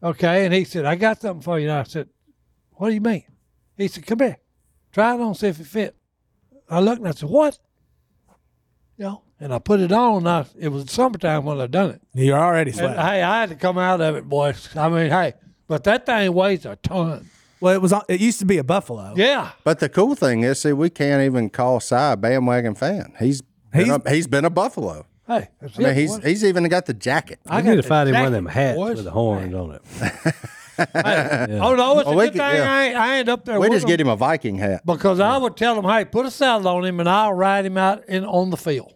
Okay. And he said, I got something for you. And I said, What do you mean? He said, Come here. Try it on, see if it fit. I looked and I said, What? You know, and I put it on. And I, it was summertime when I done it.
You're already
And,
sweating.
hey, I had to come out of it, boys. I mean, hey, but that thing weighs a ton.
well, it was. on- It used to be a buffalo.
Yeah.
But the cool thing is, see, we can't even call Si a bandwagon fan. He's been
He's-
a, he's been a Buffalo.
Hey, that's
I mean,
it,
he's
boy.
he's even got the jacket.
I
got
need to
the
find him one of
jacket,
them hats
boys.
with the horns on it.
(laughs) Oh no, it's
Well,
a
we
good
could-
thing
yeah.
I, ain't, I ain't up there.
we
with
just
them
get him a Viking hat.
because I would tell him, hey, put a saddle on him, and I'll ride him out in on the field.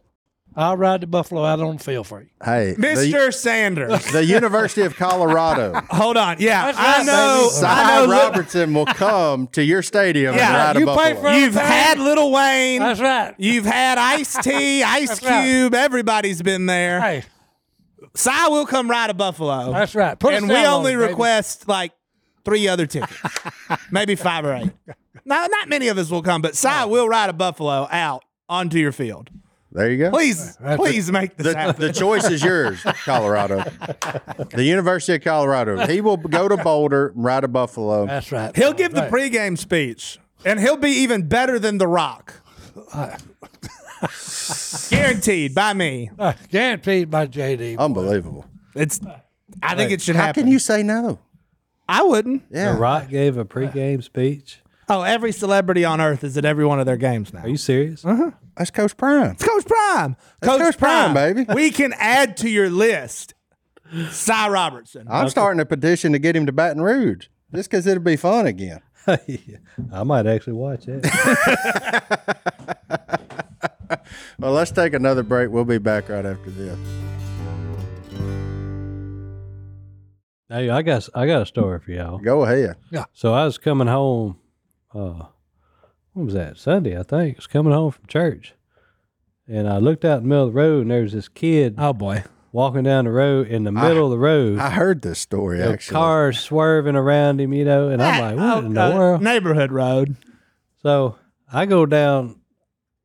I'll ride the buffalo out on the field for you.
Hey,
Mr.
(laughs)
Sanders.
The, the University of
(laughs)
Colorado.
Hold on. Yeah,
That's
I
right,
know.
baby.
Cy
I know. li-
Robertson will come to your stadium
Yeah,
and ride
you
a
pay
buffalo.
for
You've had Little Wayne.
That's right.
You've had Ice T,
(laughs)
Ice
That's right.
Cube. Everybody's been there.
Hey,
Cy will come ride a buffalo.
that's right. Put a
and we
saddle on
only
him, baby.
request like three other
(laughs)
tickets, maybe five or eight. No, not many of us will come, but Cy will ride a buffalo out onto your field.
there you go.
Please, please make this
The,
happen.
the choice is yours,
(laughs)
Colorado. the University of Colorado. He will go to Boulder, and ride a buffalo.
That's right.
he'll give the pregame speech, and he'll be even better than The Rock. Guaranteed by me.
Uh, guaranteed by JD.
Oh.
Unbelievable.
It's. I think it should
How
happen.
can you say no?
I wouldn't.
Yeah.
The Rock gave a pregame speech.
Oh, every celebrity on earth is at every one of their games now.
Are you serious? (laughs) Uh-huh.
That's Coach Prime.
It's Coach Prime. Coach,
Coach Prime, baby.
We can add to your list Cy Robertson.
I'm starting a petition to get him to Baton Rouge just because it'll be fun again.
I might actually watch it.
Well, let's take another break. We'll be back right after this.
hey, I got I got a story for y'all.
Go ahead.
So I was coming home. Uh, what was that? Sunday, I think. I was coming home from church, and I looked out in the middle of the road, and there was this kid
Oh boy.
walking down the road in the middle of the road.
I heard this story
the
actually.
cars swerving around him, you know, and I'm like, what in the
Uh,
world?
Neighborhood road.
So I go down,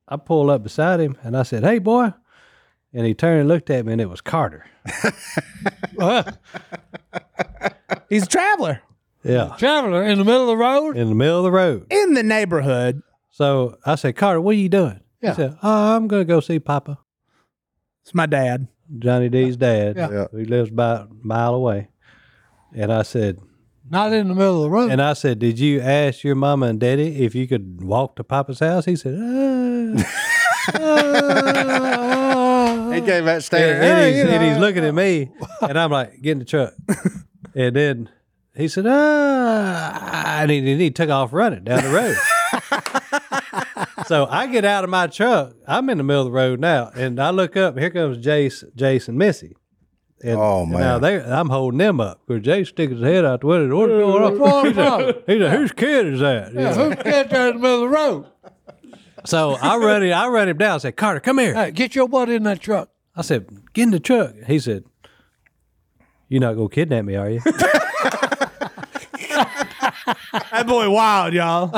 I pull up beside him, and I said, "Hey, boy," and he turned and looked at me, and it
(laughs)
was Carter.
He's a traveler
Yeah,
Traveler in the middle of the road.
in the middle of the road.
in the neighborhood.
So I said, "Carter, what are you doing?"
Yeah.
He said, "Oh, I'm gonna go see Papa,
It's my dad.
Johnny D's dad.
Yeah.
Yeah.
who lives about a mile away." And I said,
Not in the middle of the road.
and I said, "Did you ask your mama and daddy if you could walk to Papa's house?" He said, uh, uh,
He gave that
and,
stare.
and
Hey,
he's,
you
and
know.
he's looking at me, and I'm like, get in the truck. and then he said, ah, and he, and he took off running down the road. so I get out of my truck. I'm in the middle of the road now, and I look up. Here comes Jace, Jace, and Missy. And,
Oh,
and
man.
Now they, I'm holding them up because Jace sticks his head out the window. What's going on?
What's
(laughs)
wrong?
He's like, whose kid is that? You
Yeah,
know.
Who can't there in the middle of the road?
So I run him, I run him down. I said, Carter, come here.
Hey, get your butt in that truck.
I said, get in the truck. He said, you're not going to kidnap me,
(laughs)
are you?
That boy wild, y'all.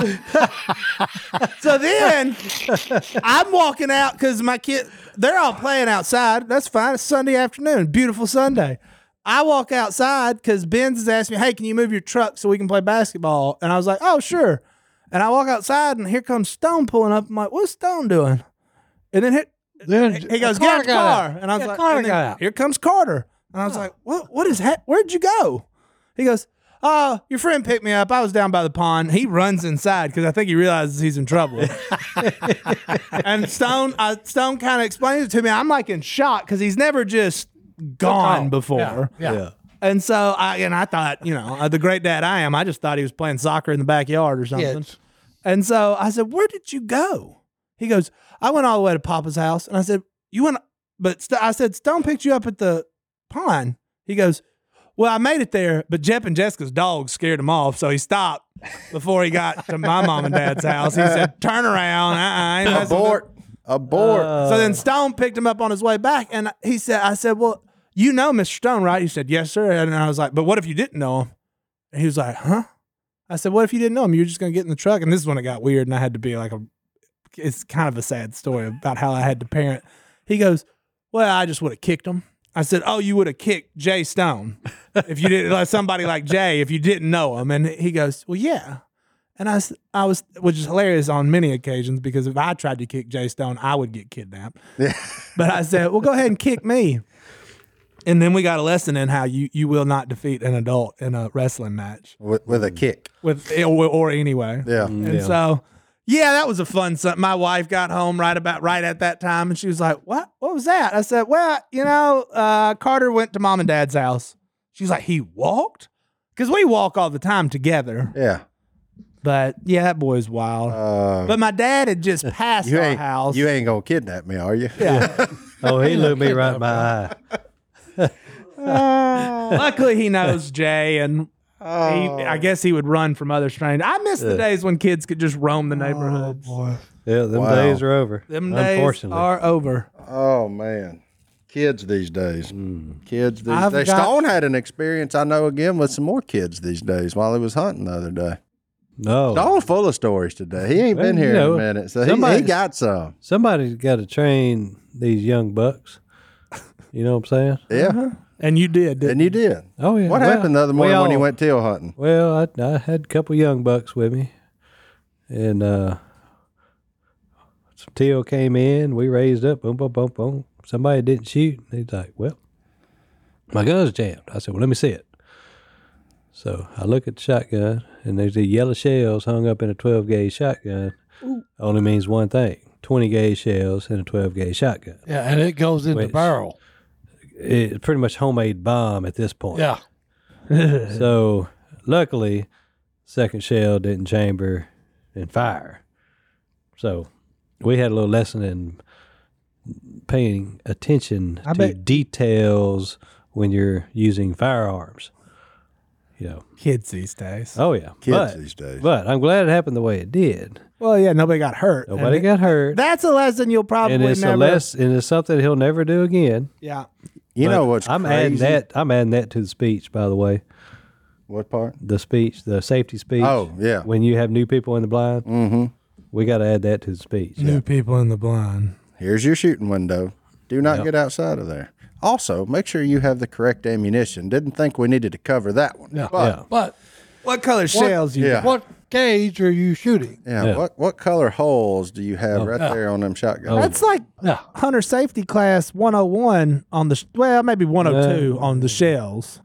so then I'm walking out because my kid, they're all playing outside. That's fine. It's Sunday afternoon. Beautiful Sunday. I walk outside because Ben's has asked me, hey, can you move your truck so we can play basketball? And I was like, oh, sure. And I walk outside and here comes Stone pulling up. I'm like, what's Stone doing? And then here,
Then
he goes, get out the car. And I was like,
Carter
and then
got out.
here comes Carter. And I was like, what, what is that? Where'd you go? He goes, oh, your friend picked me up. I was down by the pond. He runs inside because I think he realizes he's
(laughs)
in trouble. and Stone, uh, Stone kind of explains it to me. I'm like in shock because he's never just gone before.
Oh, Yeah.
And so I and I thought, you know, uh, the great dad I am, I just thought he was playing soccer in the backyard or something.
Yes.
And so I said, "Where did you go?" He goes, "I went all the way to Papa's house." And I said, "You went?" But St- I said, "Stone picked you up at the pond." He goes, "Well, I made it there, but Jep and Jessica's dog scared him off, so he stopped before he got to my mom and dad's house." He said, "Turn around, uh-uh, I
(laughs)
ain't messing with
abort. Abort.
Oh.
so then Stone picked him up on his way back, and he said, "I said, well, you know, Mr. Stone, right?" He said, "Yes, sir." And I was like, "But what if you didn't know him?" And he was like, "Huh?" I said, "What if you didn't know him? You're just gonna get in the truck." And this is when it got weird, and I had to be like a. It's kind of a sad story about how I had to parent. He goes, "Well, I just would have kicked him." I said, "Oh, you would have kicked Jay Stone if you didn't like somebody like Jay if you didn't know him." And he goes, "Well, yeah." And I, s- I was, which is hilarious on many occasions because if I tried to kick Jay Stone, I would get kidnapped. but I said, well, go ahead and kick me. And then we got a lesson in how you, you will not defeat an adult in a wrestling match
with, with a kick.
with eh, or, or anyway.
Yeah.
And so, yeah, that was a fun. Su- my wife got home right about right at that time, and she was like, "What? What was that?" I said, "Well, you know, uh, Carter went to mom and dad's house." She's like, "He walked." because we walk all the time together.
Yeah.
But yeah, that boy's wild.
Uh,
but my dad had just passed
you
our
ain't
house.
you ain't gonna kidnap me, are you?
Oh, he looked me right in my
(laughs)
eye.
Luckily, he knows Jay, and he, I guess he would run from other strangers. I miss the days when kids could just roam the neighborhoods.
Yeah, them
Wow.
days are over.
Them days
unfortunately.
are over.
Oh man, kids these days, kids these
Mm. I've
days.
got-
Stone had an experience I know again with some more kids these days while he was hunting the other day.
no.
Stone's full of stories today. He ain't
Well,
been
you
here
know,
in a minute, so he, he
somebody's-
got some.
Somebody's got to train these young bucks. You know what I'm saying?
Yeah,
And you did. didn't
and you did.
Uh-huh. Oh yeah.
What
Well,
happened the other
we
morning when you
all-
went teal hunting?
Well, I, I had a couple young bucks with me, and uh, some teal came in. We raised up, boom, boom, boom, boom. Somebody didn't shoot. and He's like, "Well, my gun's jammed." I said, "Well, let me see it." So I look at the shotgun, and there's the yellow shells hung up in a 12 gauge shotgun. Only means one thing: 20 gauge shells in a 12 gauge shotgun.
Yeah, and it goes in the
Which-
barrel.
It's pretty much homemade bomb at this point.
Yeah.
So luckily, second shell didn't chamber and fire. So we had a little lesson in paying attention
I
to
bet-
details when you're using firearms. You know,
you? Kids these days.
oh yeah,
Kids
but,
these days.
But I'm glad it happened the way it did.
Well, yeah, nobody got hurt.
Nobody
And
got hurt,
That's a lesson you'll probably
and it's
never.
a less, and it's something he'll never do again.
Yeah.
you
But
know what's
I'm
crazy?
adding that. I'm adding that to the speech, by the way.
What part?
the speech, the safety speech.
Oh, yeah.
When you have new people in the blind, mm-hmm. we got to add that to the speech.
New people in the blind.
Here's your shooting window. Do not get outside of there. Also, make sure you have the correct ammunition. Didn't think we needed to cover that one. Yeah. But,
But
What color shells you?
yeah.
what gauge are you shooting?
yeah. What what color holes do you
Oh.
have right there on them shotguns?
That's like
Oh. Yeah.
hunter safety class 101 on the sh- well, maybe 102 on the shells.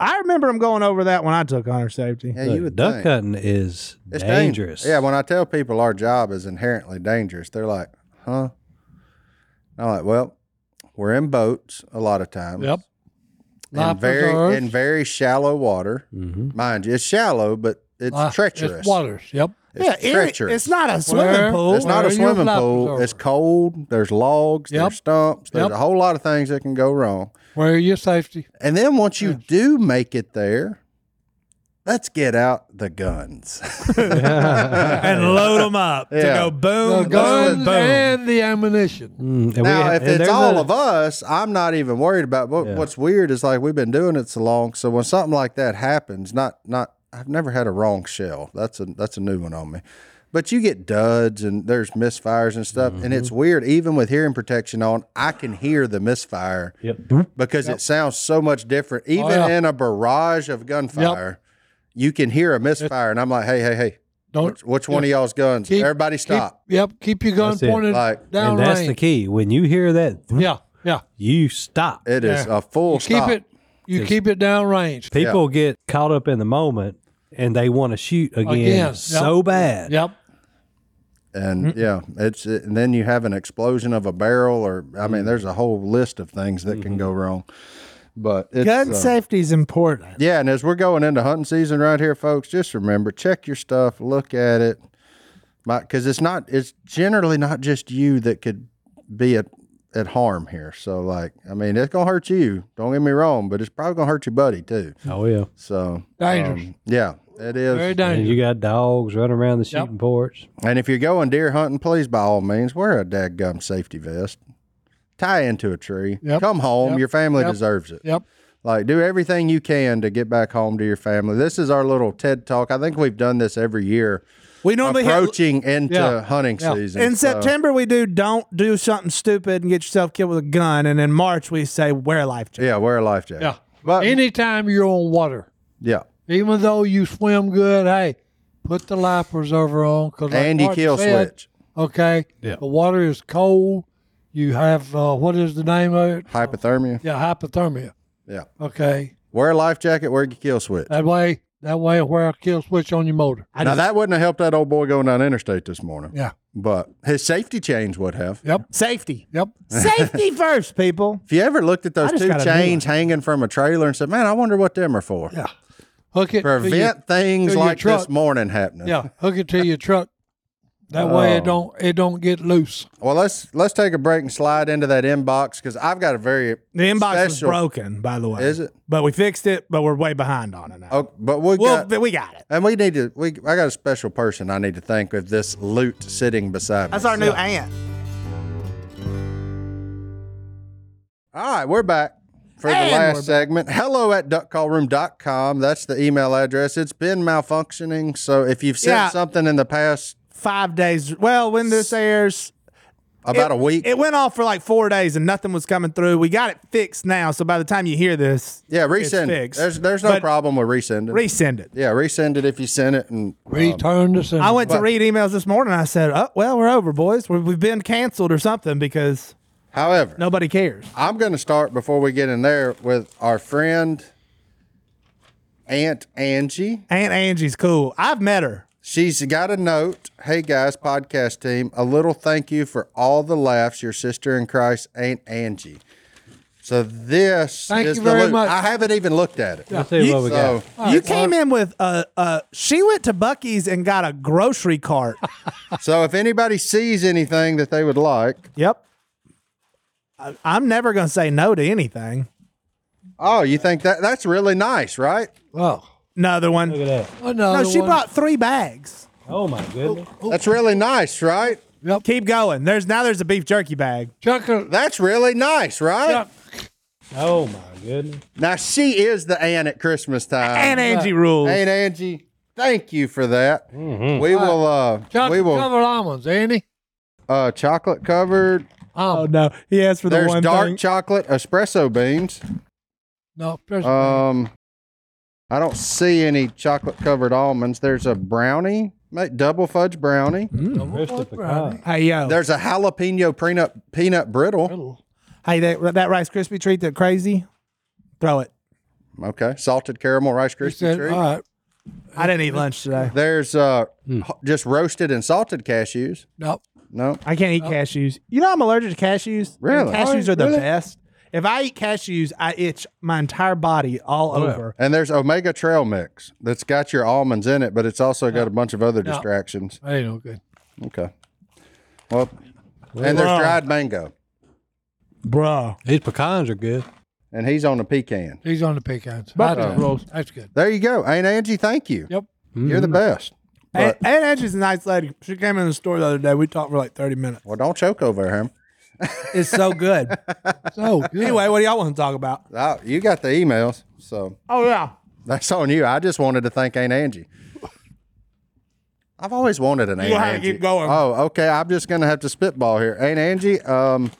I remember him going over that when I took hunter safety.
yeah,
Look,
you would
duck
think.
hunting is
It's dang-
dangerous.
Yeah, when I tell people our job is inherently dangerous, they're like, huh? And I'm like, well, we're in boats a lot of times.
Yep.
In
Life
very,
preserves.
in very shallow water. Mind you, it's shallow, but it's
Life-
treacherous.
Uh, It's waters. Yep.
It's
any-
treacherous.
it's not a swimming
Where-
pool.
It's
Where
not a
are your
swimming
life
pool.
preservers?
It's cold. There's logs.
Yep.
There's stumps. There's
Yep.
a whole lot of things that can go wrong.
Where are your safety?
And then once you do make it there, let's get out the guns. (laughs)
and load them up to
Yeah.
go boom,
The
boom,
guns
boom.
and the ammunition.
Mm, and we
now,
ha-
if
and
it's
there's
all
a-
of us, I'm not even worried about. What,
Yeah.
What's weird is like we've been doing it so long. So when something like that happens, not not I've never had a wrong shell. That's a that's a new one on me. But you get duds and there's misfires and stuff, and it's weird. Even with hearing protection on, I can hear the misfire because it sounds so much different. Even
yeah.
in a barrage of gunfire, you can hear a misfire, and I'm like, hey, hey, hey,
Don't
which, which one of y'all's guns?
Keep-
Everybody stop.
Keep, yep. Keep your gun
That's it.
pointed
Like-
down
and that's the
range.
key. When you hear that,
Yeah. Yeah.
you stop.
It is
Yeah.
a full
You
stop.
keep it. You keep it down range.
People get caught up in the moment and they want to shoot again,
Again, yep.
so bad.
Yep.
and yeah, it's and then you have an explosion of a barrel, or I mean, there's a whole list of things that can go wrong. But it's,
Gun
uh,
safety is important.
yeah, and as we're going into hunting season right here, folks, just remember check your stuff, look at it, because it's not it's generally not just you that could be at at harm here. So like, I mean, it's gonna hurt you. Don't get me wrong, but it's probably gonna hurt your buddy too.
Oh yeah.
So
Dangerous.
um, yeah, it is.
Very
And
dangerous.
you got dogs running around the
Yep.
shooting porch.
And if you're going deer hunting, please, by all means, wear a dadgum safety vest. Tie into a tree.
Yep.
Come home.
Yep.
Your family
Yep.
deserves it.
Yep.
Like, do everything you can to get back home to your family. This is our little TED talk. I think we've done this every year,
We normally have
approaching into
Yeah.
hunting
Yeah.
season.
in
So,
September we do don't do something stupid and get yourself killed with a gun, and in March we say wear a
(laughs)
life jacket.
yeah, wear a life jacket.
Yeah.
But,
Anytime you're on water,
yeah.
even though you swim good, hey, put the life preserver on. Cause like
And you
Mark
kill
said,
switch.
Okay.
Yeah.
The water is cold. You have uh, what is the name of it?
Hypothermia.
Yeah, hypothermia.
Yeah.
Okay.
Wear a life jacket. Wear your kill switch.
That way, that way, where a kill switch on your motor.
now, that wouldn't have helped that old boy going down interstate this morning.
Yeah.
But his safety chains would have.
Safety,
Yep.
safety first, people.
If you ever looked at those
just
two
got a new
chains hanging from a trailer and said, "Man, I wonder what them are for,"
Yeah. Hook it to your,
Prevent things
to your
like this
truck.
morning happening.
yeah, hook it to your truck. That way
Oh.
it don't it don't get loose.
Well, let's let's take a break and slide into that inbox because I've got a very
The inbox is
special-
broken, by the way.
Is it?
But we fixed it, but we're way behind on it now.
Oh, but we
well,
got
but we got it.
and we need to. We I got a special person I need to thank with this loot sitting beside me.
That's our new aunt.
All right, we're back for
And
the
we're back.
last segment. Hello at duckcallroom.com. That's the email address. It's been malfunctioning. So if you've sent
Yeah.
something in the past
Five days. Well, when this airs,
about
it-
a week,
It went off for like four days and nothing was coming through. We got it fixed now. So by the time you hear this,
yeah,
it's
resend.
fixed.
There's there's no
But
problem with resending.
Resend it.
yeah, resend it if you send it and
Return to sender.
I went to
But-
read emails this morning. I said, oh, well, we're over, boys. We- We've been canceled or something because
however,
nobody cares.
I'm going to start before we get in there with our friend Aunt Angie.
Aunt Angie's cool. I've met her.
She's got a note. Hey guys, podcast team, a little thank you for all the laughs. Your sister in Christ, Aunt Angie. So this
Thank
is
you
the
very
loot.
much.
I haven't even looked at it.
Let's see
You-
what we got.
So
you came in with a, a. She went to Bucky's and got a grocery cart.
so if anybody sees anything that they would like,
yep. I, I'm never going to say no to anything.
oh, you think that that's really nice, right?
Oh,
Another one.
Look at that.
another
No, she
one.
brought three bags.
Oh my goodness.
That's really nice, right?
Keep going. There's now there's a beef jerky bag.
Chuck. a-
That's really nice, right?
Chuck.
Oh my goodness.
Now she is the aunt at Christmas time.
And Angie rules.
Aunt Angie, thank you for that.
Mm-hmm.
We will uh we
Chocolate
will
covered almonds, Andy.
uh chocolate covered.
Um,
Oh no, he asked for the
There's
one
dark
thing.
chocolate espresso beans.
No, press-
Um I don't see any chocolate covered almonds. There's a brownie, make double fudge brownie.
Mm-hmm.
Roasted pecan.
hey yo,
There's a jalapeno peanut peanut brittle.
hey that that Rice Krispie treat that crazy. Throw it.
Okay. Salted caramel rice
he
crispy
said,
treat.
all right.
I didn't eat lunch today.
There's uh
Hmm.
h- just roasted and salted cashews.
No,
No.
I can't eat cashews. You know I'm allergic to cashews.
Really?
Cashews are the
Really?
best. If I eat cashews, I itch my entire body all over.
And there's Omega Trail Mix that's got your almonds in it, but it's also got a bunch of other distractions.
that ain't no good.
Okay. Well, and there's dried mango,
Bruh.
These pecans are good.
and he's on a pecan.
He's on the pecans. I did. That's good.
There you go. Aunt Angie, thank you.
Yep.
You're the best.
And,
But,
and Angie's a nice lady. She came in the store the other day. We talked for like 30 minutes.
well, don't choke over him.
It's so good.
So good.
anyway, what do y'all want to talk about?
Oh, you got the emails, so
Oh yeah.
that's on you. I just wanted to thank Aunt Angie. I've always wanted an Aunt
gonna have to
Angie.
keep going.
Oh, okay. I'm just gonna have to spitball here. Aunt Angie, um,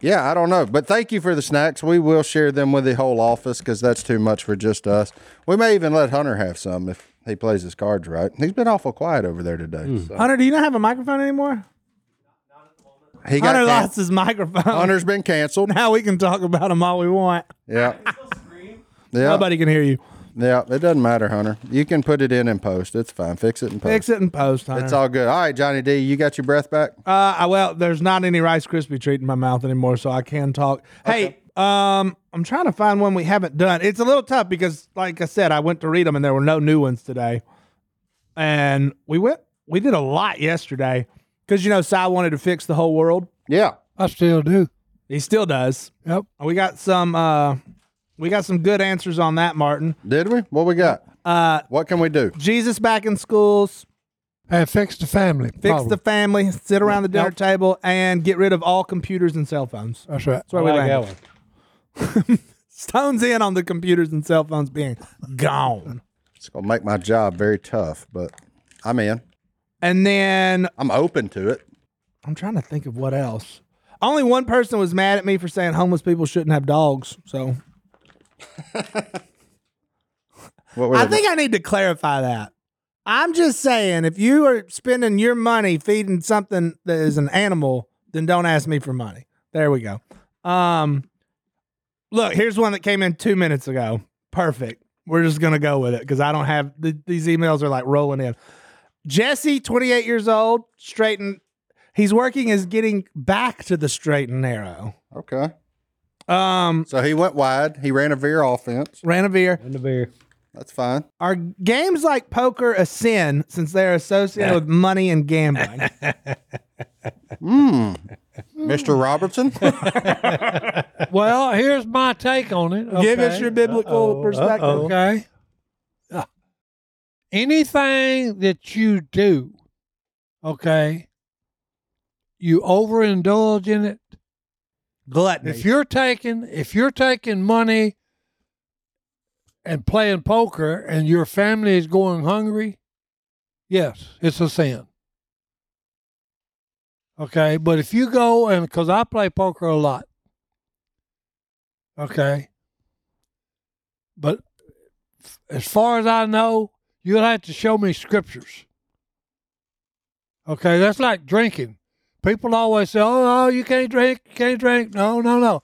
yeah, I don't know, but thank you for the snacks. We will share them with the whole office because that's too much for just us. We may even let Hunter have some if he plays his cards right. He's been awful quiet over there today. so.
Hunter, do you not have a microphone anymore?
He got
Hunter
can-
lost his microphone.
Hunter's been canceled.
(laughs) Now we can talk about him all we want.
Yeah. Yeah.
Nobody can hear you.
Yeah. It doesn't matter, Hunter. You can put it in and post. It's fine. Fix it and post.
Fix it and post, Hunter.
It's all good. All right, Johnny D, you got your breath back?
Uh, I- well, there's not any Rice Krispie treat in my mouth anymore, so I can talk. Hey, um, I'm trying to find one we haven't done. It's a little tough because, like I said, I went to read them and there were no new ones today. And we went, we did a lot yesterday because you know, Cy wanted to fix the whole world.
Yeah.
I still do.
He still does.
Yep.
We got some, uh, we got some good answers on that, Martin.
Did we? What we got?
Uh,
What can we do?
Jesus back in schools.
And fix the family.
Fix
problem.
the family, sit around the dinner
Yep.
table, and get rid of all computers and cell phones. (laughs)
That's right.
That's where
I
we
like that
landed.
one.
Stones in on the computers and cell phones being gone.
It's gonna make my job very tough, but I'm in.
And then
I'm open to it.
I'm trying to think of what else. Only one person was mad at me for saying homeless people shouldn't have dogs. So
What were
I
the-
think I need to clarify that. I'm just saying if you are spending your money feeding something that is an animal, then don't ask me for money. There we go. Um look, here's one that came in 2 minutes ago. Perfect. We're just going to go with it cuz I don't have th- these emails are like rolling in. Jesse, 28 years old, straight and he's working is getting back to the straight and narrow.
okay.
Um
So he went wide. He ran a veer offense.
Ranavir
And the beer.
That's fine.
Are games like poker a sin since they are associated with money
(laughs)
and gambling?
Hmm. Mr. Robertson?
Well, here's my take on it.
Give us
okay?
your biblical
Uh-oh,
perspective.
uh-oh.
Okay. Uh, Anything that you do, okay, you overindulge in it.
Gluttony.
If you're taking if you're taking money and playing poker and your family is going hungry, yes, it's a sin. Okay, but if you go and because I play poker a lot, okay, but f- as far as I know, you'll have to show me scriptures. Okay, that's like drinking. People always say, "Oh, no, you can't drink, you can't drink." No, no, no.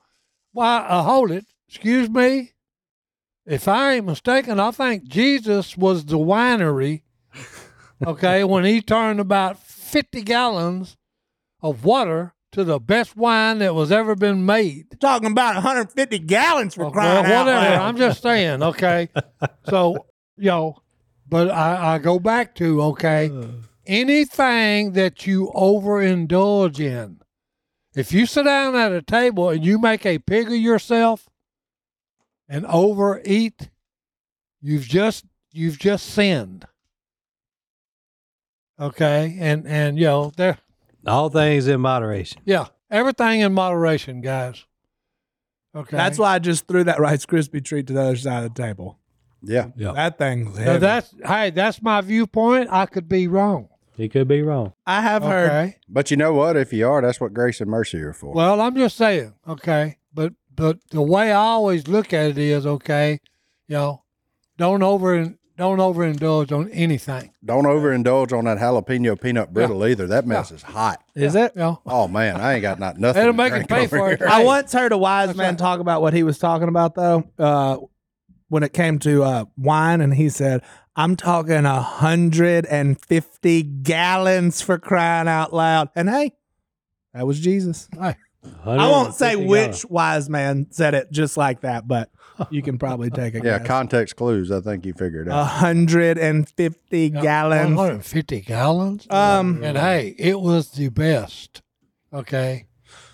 Why? I hold it. Excuse me. If I ain't mistaken, I think Jesus was the winery. Okay, when he turned about fifty gallons of water to the best wine that was ever been made.
talking about 150 gallons for
Okay,
crying out
Oh, whatever.
loud.
I'm just saying. Okay,
(laughs)
so yo, but I, I go back to okay,
Uh.
anything that you overindulge in. If you sit down at a table and you make a pig of yourself and overeat, you've just you've just sinned. Okay, and and you know there
(laughs) All things in moderation.
yeah everything in moderation, guys. Okay,
That's why I just threw that Rice Krispie treat to the other side of the table.
(laughs) Yeah.
That thing's
Now
heavy.
Oh. that's hey, that's my viewpoint. I could be wrong.
He could be wrong.
I have heard.
But you know what? If you are, that's what grace and mercy are for.
Well, I'm just saying, okay. But but the way I always look at it is, okay, you know, don't over don't overindulge on anything.
Don't overindulge on that jalapeno peanut brittle either. That mess is hot.
Is it?
You know,
Oh man, I ain't got not nothing.
It'll
to
make it
drink
pay
over
for it.
here.
I
Hey.
once heard a wise
That's
man
right.
talk about what he was talking about though, uh, when it came to uh, wine, and he said, "I'm talking hundred and fifty gallons for crying out loud." And hey, that was Jesus. I won't say
150
which wise man said it just like that, but you can probably take
(laughs)
a
Yeah,
guess.
context clues. I think you figured it out.
hundred and fifty
you know,
(laughs) gallons.
150 gallons.
Um,
and hey, it was the best. Okay,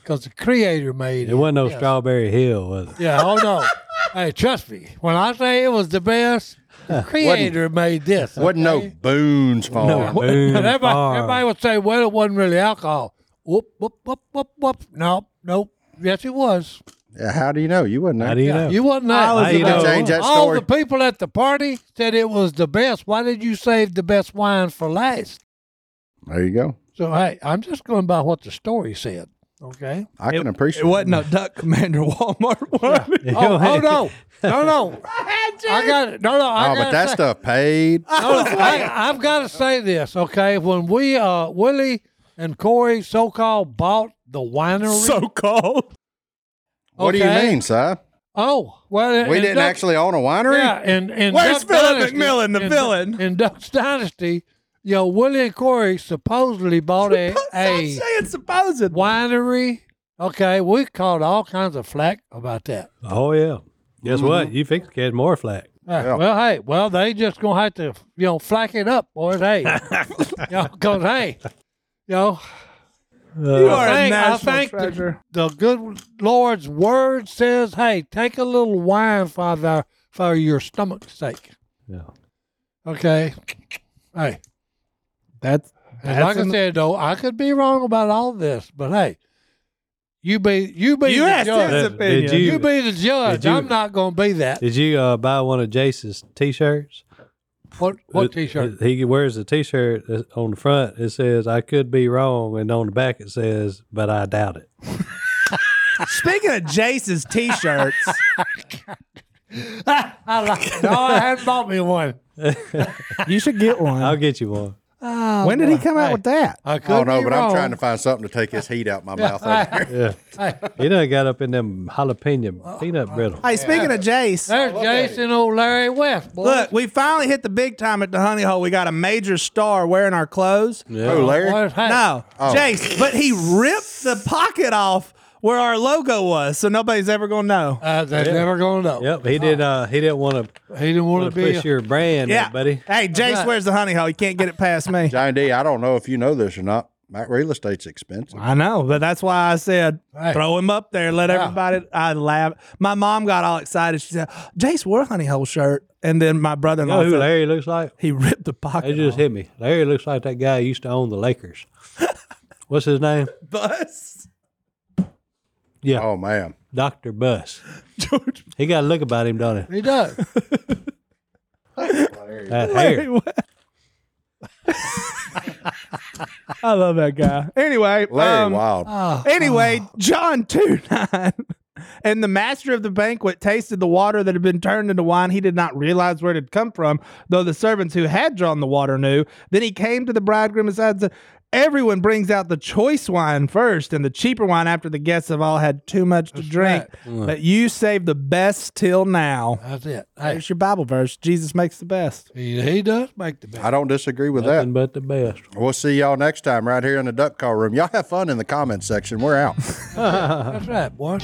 because the Creator made
gallons.
it.
It wasn't no
Yes.
strawberry hill, was it?
Yeah, oh no. hey, trust me. When I say it was the best, the Creator made this.
Wasn't no Boone's
Oh,
farm.
Boone
(laughs) But everybody,
Farm.
everybody would say, well, it wasn't really alcohol. Whoop, whoop, whoop, whoop, whoop. No, nope. Yes, it was.
Yeah, How do you know? You wasn't there.
How do you know? (laughs)
You wasn't there.
was You about- know.
change that
All
story.
the people at the party said it was the best. Why did you save the best wine for last?
there you go.
So, hey, I'm just going by what the story
(laughs)
said. Okay.
I can
It
appreciate.
wasn't a Duck Commander Walmart (laughs) one.
Oh, oh, no. No,
(laughs)
no. I got it. No, no. I
Oh,
gotta
but
(laughs)
that
say-
stuff paid.
No, no, I, I've got to say this, okay? When we, uh, Willie and Corey, so called, bought the winery.
so cold.
What do you
Okay.
mean, Si?
Oh well,
We
in
didn't
Duck-
actually own a winery.
Yeah, and and
Where's Philip McMillan, the villain?
In Duck's Dynasty, you know, Willie and Corey supposedly bought a,
(laughs) I'm
a
saying supposed.
winery. Okay, we caught all kinds of flack about that.
Oh yeah. Guess
Mm-hmm.
what? You fixed get more flack.
Uh,
Yeah.
Well, hey, well they just gonna have to you know flack it up, boys. Hey, because hey, you know
Uh,
You are
I
a
think- I
national
think the-
treasure.
the good Lord's word says, "Hey, take a little wine for thy, for your stomach's sake."
Yeah.
Okay. Hey,
That's
and like I said though, I could be wrong about all this, but hey, you be you be
You
the
asked
judge.
his
Did-
opinion.
did you-
You be the judge.
Did you-
I'm not going to be that.
Did you uh, buy one of Jace's t-shirts?
What what
Uh,
T-shirt?
He wears a t-shirt that- on the front. It says "I could be wrong," and on the back it says "But I doubt it."
(laughs) Speaking of Jace's t-shirts,
I like, no, I hadn't bought me one.
you should get one.
I'll get you one.
When did he come out with that?
I
I
could
don't know,
be
Oh, but
wrong.
I'm trying to find something to take this heat out my mouth. Over here.
Yeah.
Hey,
He done got up in them
(laughs)
jalapeno peanut brittle.
Hey, speaking of Jace,
there's Jason old Larry West. Boy.
look, we finally hit the big time at the Honey Hole. We got a major star wearing our clothes.
Oh, Larry.
Boys, hey,
No,
Oh.
Jace, but he ripped the pocket off where our logo was, so nobody's ever gonna know.
Uh, they're never going to know.
Yep, he did. Uh, he didn't want to
He didn't want to be.
push your brand,
yeah,
yeah. buddy.
Hey, Jay swears the honey hole. He can't get it past me.
Johnny D, I don't know if you know this or not. Mac real estate's expensive.
I know, but that's why I said
Hey.
throw him up there. Let everybody. I laugh. My mom got all excited. She said, "Jace wore a honey hole shirt," and then my
You
brother-in-law
know who
said,
Larry looks like?
he ripped the
It
pocket.
just hit me. Larry looks like that guy who used to own the (laughs) Lakers. What's his name?
Bus
Yeah,
Oh man,
Doctor Bus.
(laughs) George
He got a look about him, don't he?
he does.
That
Larry.
hair.
What?
(laughs)
I love that guy. Anyway,
Larry
um,
Wild.
Anyway, John 2 9. (laughs) And the master of the banquet tasted the water that had been turned into wine. He did not realize where it had come from, though the servants who had drawn the water knew. Then he came to the bridegroom and said, Everyone brings out the choice wine first and the cheaper wine after the guests have all had too much to drink. But you save the best till now.
That's it. Hey,
There's your Bible verse. Jesus makes the best.
he, he does make the best.
I don't disagree with that.
Nothing but the best.
We'll see y'all next time right here in the duck call room. Y'all have fun in the comment section. We're out.
That's right, boy.